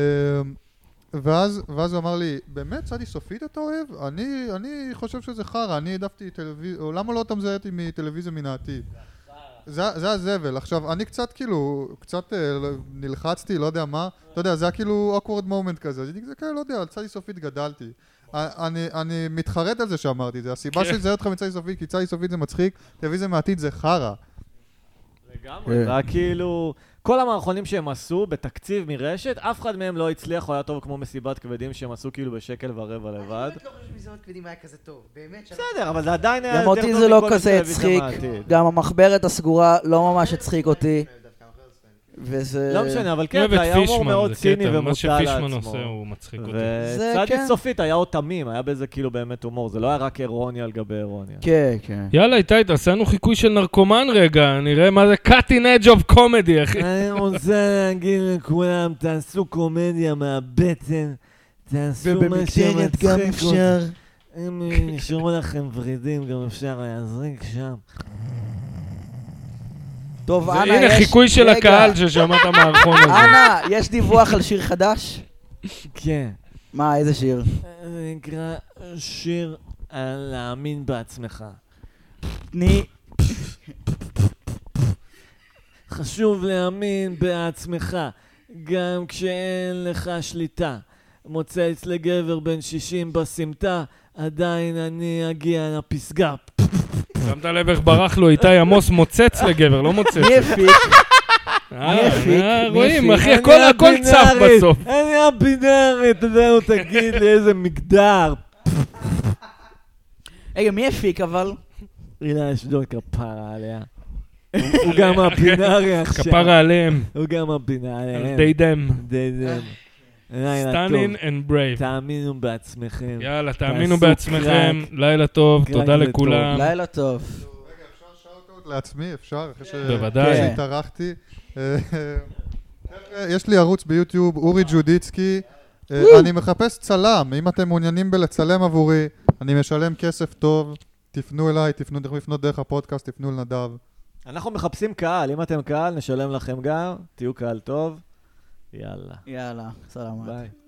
E: ואז, ואז הוא אמר לי, באמת צדי סופית אתה אוהב? אני, אני חושב שזה חרא, אני העדפתי טלוויזיה, או למה לא אתה מזהה אותי מטלוויזיה מן העתיד? זה, זה הזבל. עכשיו, אני קצת כאילו, קצת אה, לא- נלחצתי, לא יודע מה, אתה יודע, זה היה כאילו awkward moment כזה, אז אני כזה, כאילו, לא יודע, על צדי סופית גדלתי. אה, אני, אני מתחרט על זה שאמרתי את זה, הסיבה
C: כן.
E: שזה אותך מצדי סופית, כי צדי סופית זה מצחיק, טלוויזיה מהעתיד זה חרא.
A: לגמרי. זה היה כאילו... כל המערכונים שהם עשו בתקציב מרשת, אף אחד מהם לא הצליח, הוא היה טוב כמו מסיבת כבדים שהם עשו כאילו בשקל ורבע לבד.
D: אני באמת לא חושב שמזיונות כבדים היה כזה טוב, באמת. שאני-
A: בסדר, אבל זה עדיין היה
B: גם
A: יותר טוב
B: אותי זה לא
A: מכל
B: כזה
A: טלוויזיה
B: הצחיק.
A: מהעתיד.
B: גם המחברת הסגורה לא ממש הצחיק אותי.
D: לא
B: וזה...
A: לא משנה, אבל
C: אני
A: כן,
C: אוהב את
A: זה היה הומור
C: פישמן,
A: מאוד
C: זה
A: ציני
C: קטע,
A: ומוצא
C: מה
A: על
C: שפישמן
A: עצמו.
C: עושה הוא מצחיק אותי.
B: זה
A: וצדי
B: כן.
A: סופית היה עוד תמים, היה בזה כאילו באמת הומור, זה לא היה רק אירוניה על גבי אירוניה.
B: כן, כן.
C: יאללה, איתי, תעשה לנו חיקוי של נרקומן רגע, נראה מה זה cutting edge of comedy, אחי.
A: אני רוצה להגיד לכולם, תעשו קומדיה מהבטן, תעשו מה שמצחיק אותי. אם נשארו לכם ורידים, גם אפשר להזריק שם.
B: טוב,
C: זה-
B: אנה, יש...
C: הנה חיקוי של
B: רגע,
C: הקהל ששמע את המערכון הזה.
B: אנה, יש דיווח על שיר חדש?
A: כן.
B: מה, איזה שיר?
A: זה נקרא שיר על להאמין בעצמך.
B: תני...
A: חשוב להאמין בעצמך, גם כשאין לך שליטה. מוצץ לגבר בן 60 בסמטה, עדיין אני אגיע לפסגה.
C: שמת לב איך ברח לו איתי עמוס מוצץ לגבר, לא מוצץ.
B: מי הפיק?
C: אה,
B: מי הפיק?
C: אה,
B: מי
C: רואים,
B: הפיק?
C: אחי, הכל הכל צף בסוף.
A: אני הבינארית, אתה יודע, הוא תגיד לי איזה מגדר.
B: רגע, מי הפיק אבל?
A: אילן אשדוד כפרה עליה. הוא גם הבינארי
B: כן.
A: עכשיו.
C: כפרה עליהם,
A: הוא גם הבינארי. אה,
C: על די דם.
A: די דם. לילה
C: סטנין
A: טוב.
C: אנד ברייב.
A: תאמינו בעצמכם.
C: יאללה,
A: תעשו
C: תאמינו בעצמכם,
A: קרק.
C: לילה טוב,
A: קרק
C: תודה
A: וטוב.
C: לכולם.
B: לילה טוב.
E: רגע, אפשר שאוט-אאוט לעצמי? אפשר? אחרי ש-
C: בוודאי.
E: אחרי שהתארחתי. אה, חבר'ה, יש לי ערוץ ביוטיוב, אורי ג'ודיצקי. אה, אני מחפש צלם, אם אתם מעוניינים בלצלם עבורי, אני משלם כסף טוב. תפנו אליי, תפנו אתם יכולים לפנות דרך הפודקאסט, תפנו לנדב.
A: אנחנו מחפשים קהל, אם אתם קהל, נשלם לכם גם, תהיו קהל טוב. יאללה,
B: יאללה, סלמת.
A: ביי.